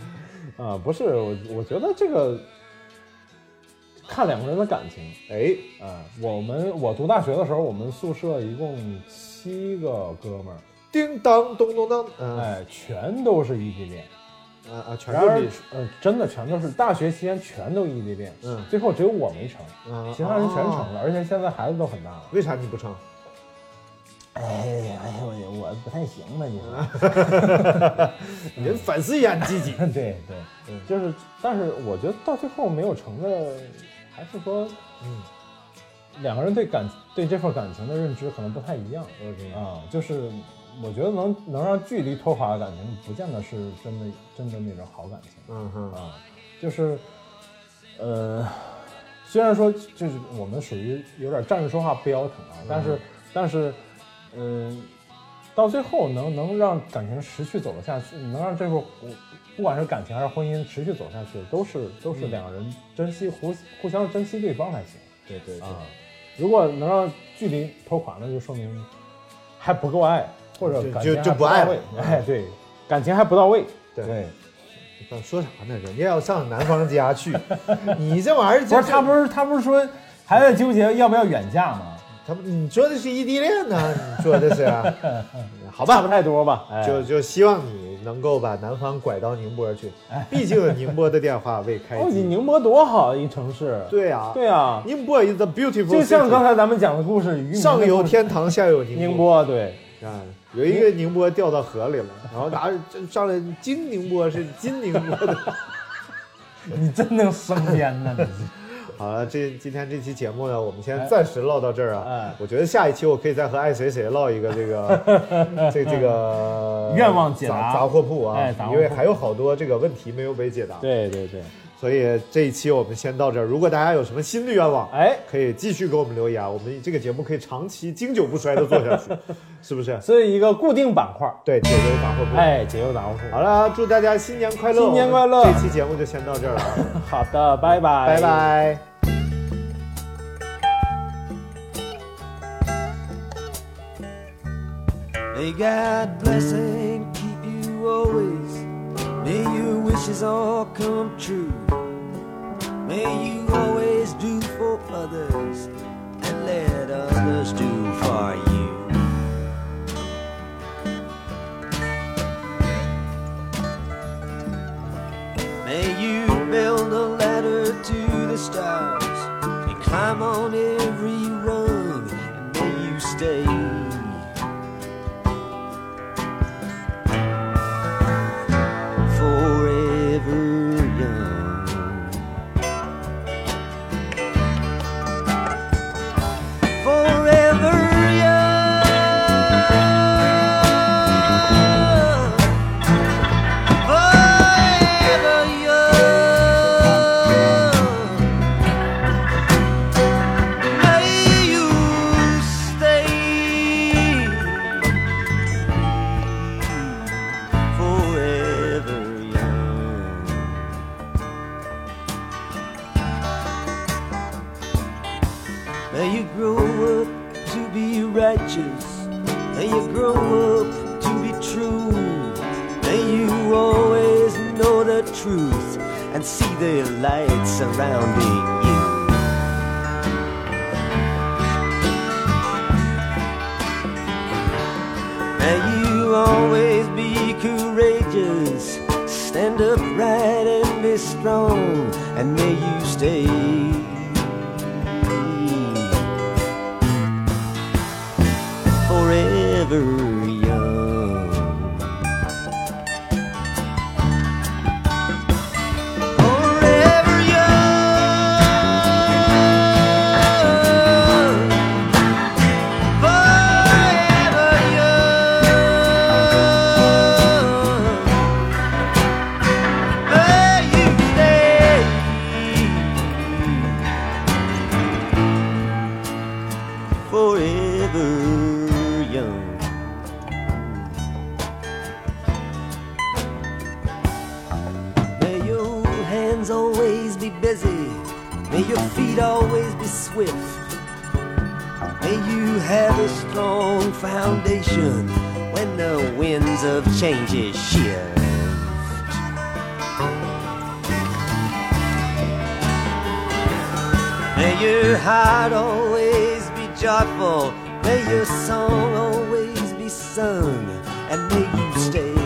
Speaker 2: 啊，不是，我我觉得这个看两个人的感情，
Speaker 1: 哎，
Speaker 2: 啊，我们我读大学的时候，我们宿舍一共七个哥们儿，
Speaker 1: 叮当咚咚当，嗯啊
Speaker 2: 哎，全都是异地恋，
Speaker 1: 啊，全
Speaker 2: 然
Speaker 1: 都
Speaker 2: 而
Speaker 1: 是，
Speaker 2: 呃，真的全都是大学期间全都异地恋，
Speaker 1: 嗯
Speaker 2: 最后只有我没成，
Speaker 1: 啊
Speaker 2: 其他人全成
Speaker 1: 啊
Speaker 2: 了，而且现在孩子都很大了。
Speaker 1: 为啥你不成？
Speaker 2: 哎呀，哎呀，我我不太行吧，你说。
Speaker 1: 你反思一下你自己。
Speaker 2: 对对，就是，但是我觉得到最后没有成的，还是说，
Speaker 1: 嗯，
Speaker 2: 两个人对感对这份感情的认知可能不太一样
Speaker 1: 嗯
Speaker 2: 啊。就是我觉得能能让距离拖垮的感情，不见得是真的真的那种好感情
Speaker 1: 嗯哼，
Speaker 2: 啊。就是，呃，虽然说就是我们属于有点站着说话不腰疼啊，但是但是，嗯、到最后能能让感情持续走得下去，能让这份不管是感情还是婚姻持续走下去，都是都
Speaker 1: 嗯
Speaker 2: 是两个人珍惜互互相珍惜对方才行。
Speaker 1: 对对对，
Speaker 2: 啊，如果能让距离拖垮，那就说明还不够爱，或者
Speaker 1: 就
Speaker 2: 感
Speaker 1: 就
Speaker 2: 情
Speaker 1: 就
Speaker 2: 还
Speaker 1: 不爱
Speaker 2: 到位
Speaker 1: 了。
Speaker 2: 哎，对，感情还不到位。
Speaker 1: 对
Speaker 2: 对，
Speaker 1: 说啥呢？人家要上男方家 去，你这玩意儿
Speaker 2: 不
Speaker 1: 就是
Speaker 2: 他不是他不是说还在纠结要不要远嫁吗？
Speaker 1: 他不，你说的是异地恋呢？你说的 是，好
Speaker 2: 差
Speaker 1: 吧？
Speaker 2: 不太多吧？哎
Speaker 1: 就就希望你能够把男方拐到宁波去，毕竟宁波的电话未开
Speaker 2: 哎哦，
Speaker 1: 机。
Speaker 2: 你宁波多好一城市。
Speaker 1: 对啊，
Speaker 2: 对啊，
Speaker 1: 宁波 is a beautiful，
Speaker 2: 就像
Speaker 1: city
Speaker 2: 刚才咱们讲的故事，渔民的
Speaker 1: 上有
Speaker 2: 故事
Speaker 1: 天堂，下有
Speaker 2: 宁
Speaker 1: 宁波。
Speaker 2: 波，对，
Speaker 1: 啊，有一个宁波掉到河里了，然后拿着上来金宁波是金宁波的。
Speaker 2: 你真能升天呐！你
Speaker 1: 好了，这今天这期节目呢，我们先暂时唠到这儿啊
Speaker 2: 哎。
Speaker 1: 我觉得下一期我可以再和爱谁谁唠一个这 个这这个
Speaker 2: 愿望解
Speaker 1: 杂
Speaker 2: 答
Speaker 1: 杂货铺啊
Speaker 2: 哎杂，货
Speaker 1: 因为
Speaker 2: 铺
Speaker 1: 还有好多这个问题没有被解答。
Speaker 2: 对对对，
Speaker 1: 所以这一期我们先到这儿。如果大家有什么新的愿望，
Speaker 2: 哎，
Speaker 1: 可以继续给我们留言，我们这个节目可以长期经久不衰的做 下去，是不是？
Speaker 2: 这是一个固定板块。
Speaker 1: 对，解决法会不？
Speaker 2: 哎，解忧杂货铺。
Speaker 1: 好了，祝大家新年快乐！
Speaker 2: 新年快乐哎
Speaker 1: 我们这期节目就先到这儿了，
Speaker 2: 好的，拜拜，
Speaker 1: 拜。拜。
Speaker 3: May God bless and keep you always. May your wishes all come true. May you always do for others and let others do for you. May you build a ladder to the stars and climb on every rung, and may you stay forever young. Forever young. Forever young. May you stay forever young. May you grow up to be righteous. May you grow up to be true. May you always know the truth and see the light surrounding you. May you always be courageous. Stand upright and be strong, and may you stay. Forever young. Forever young. Forever young, may you stay forever young. May your hands always be busy. May your feet always be swift. May you have a strong foundation when the winds of change shift. May your heart always be joyful. May your song always be sung. And may you stay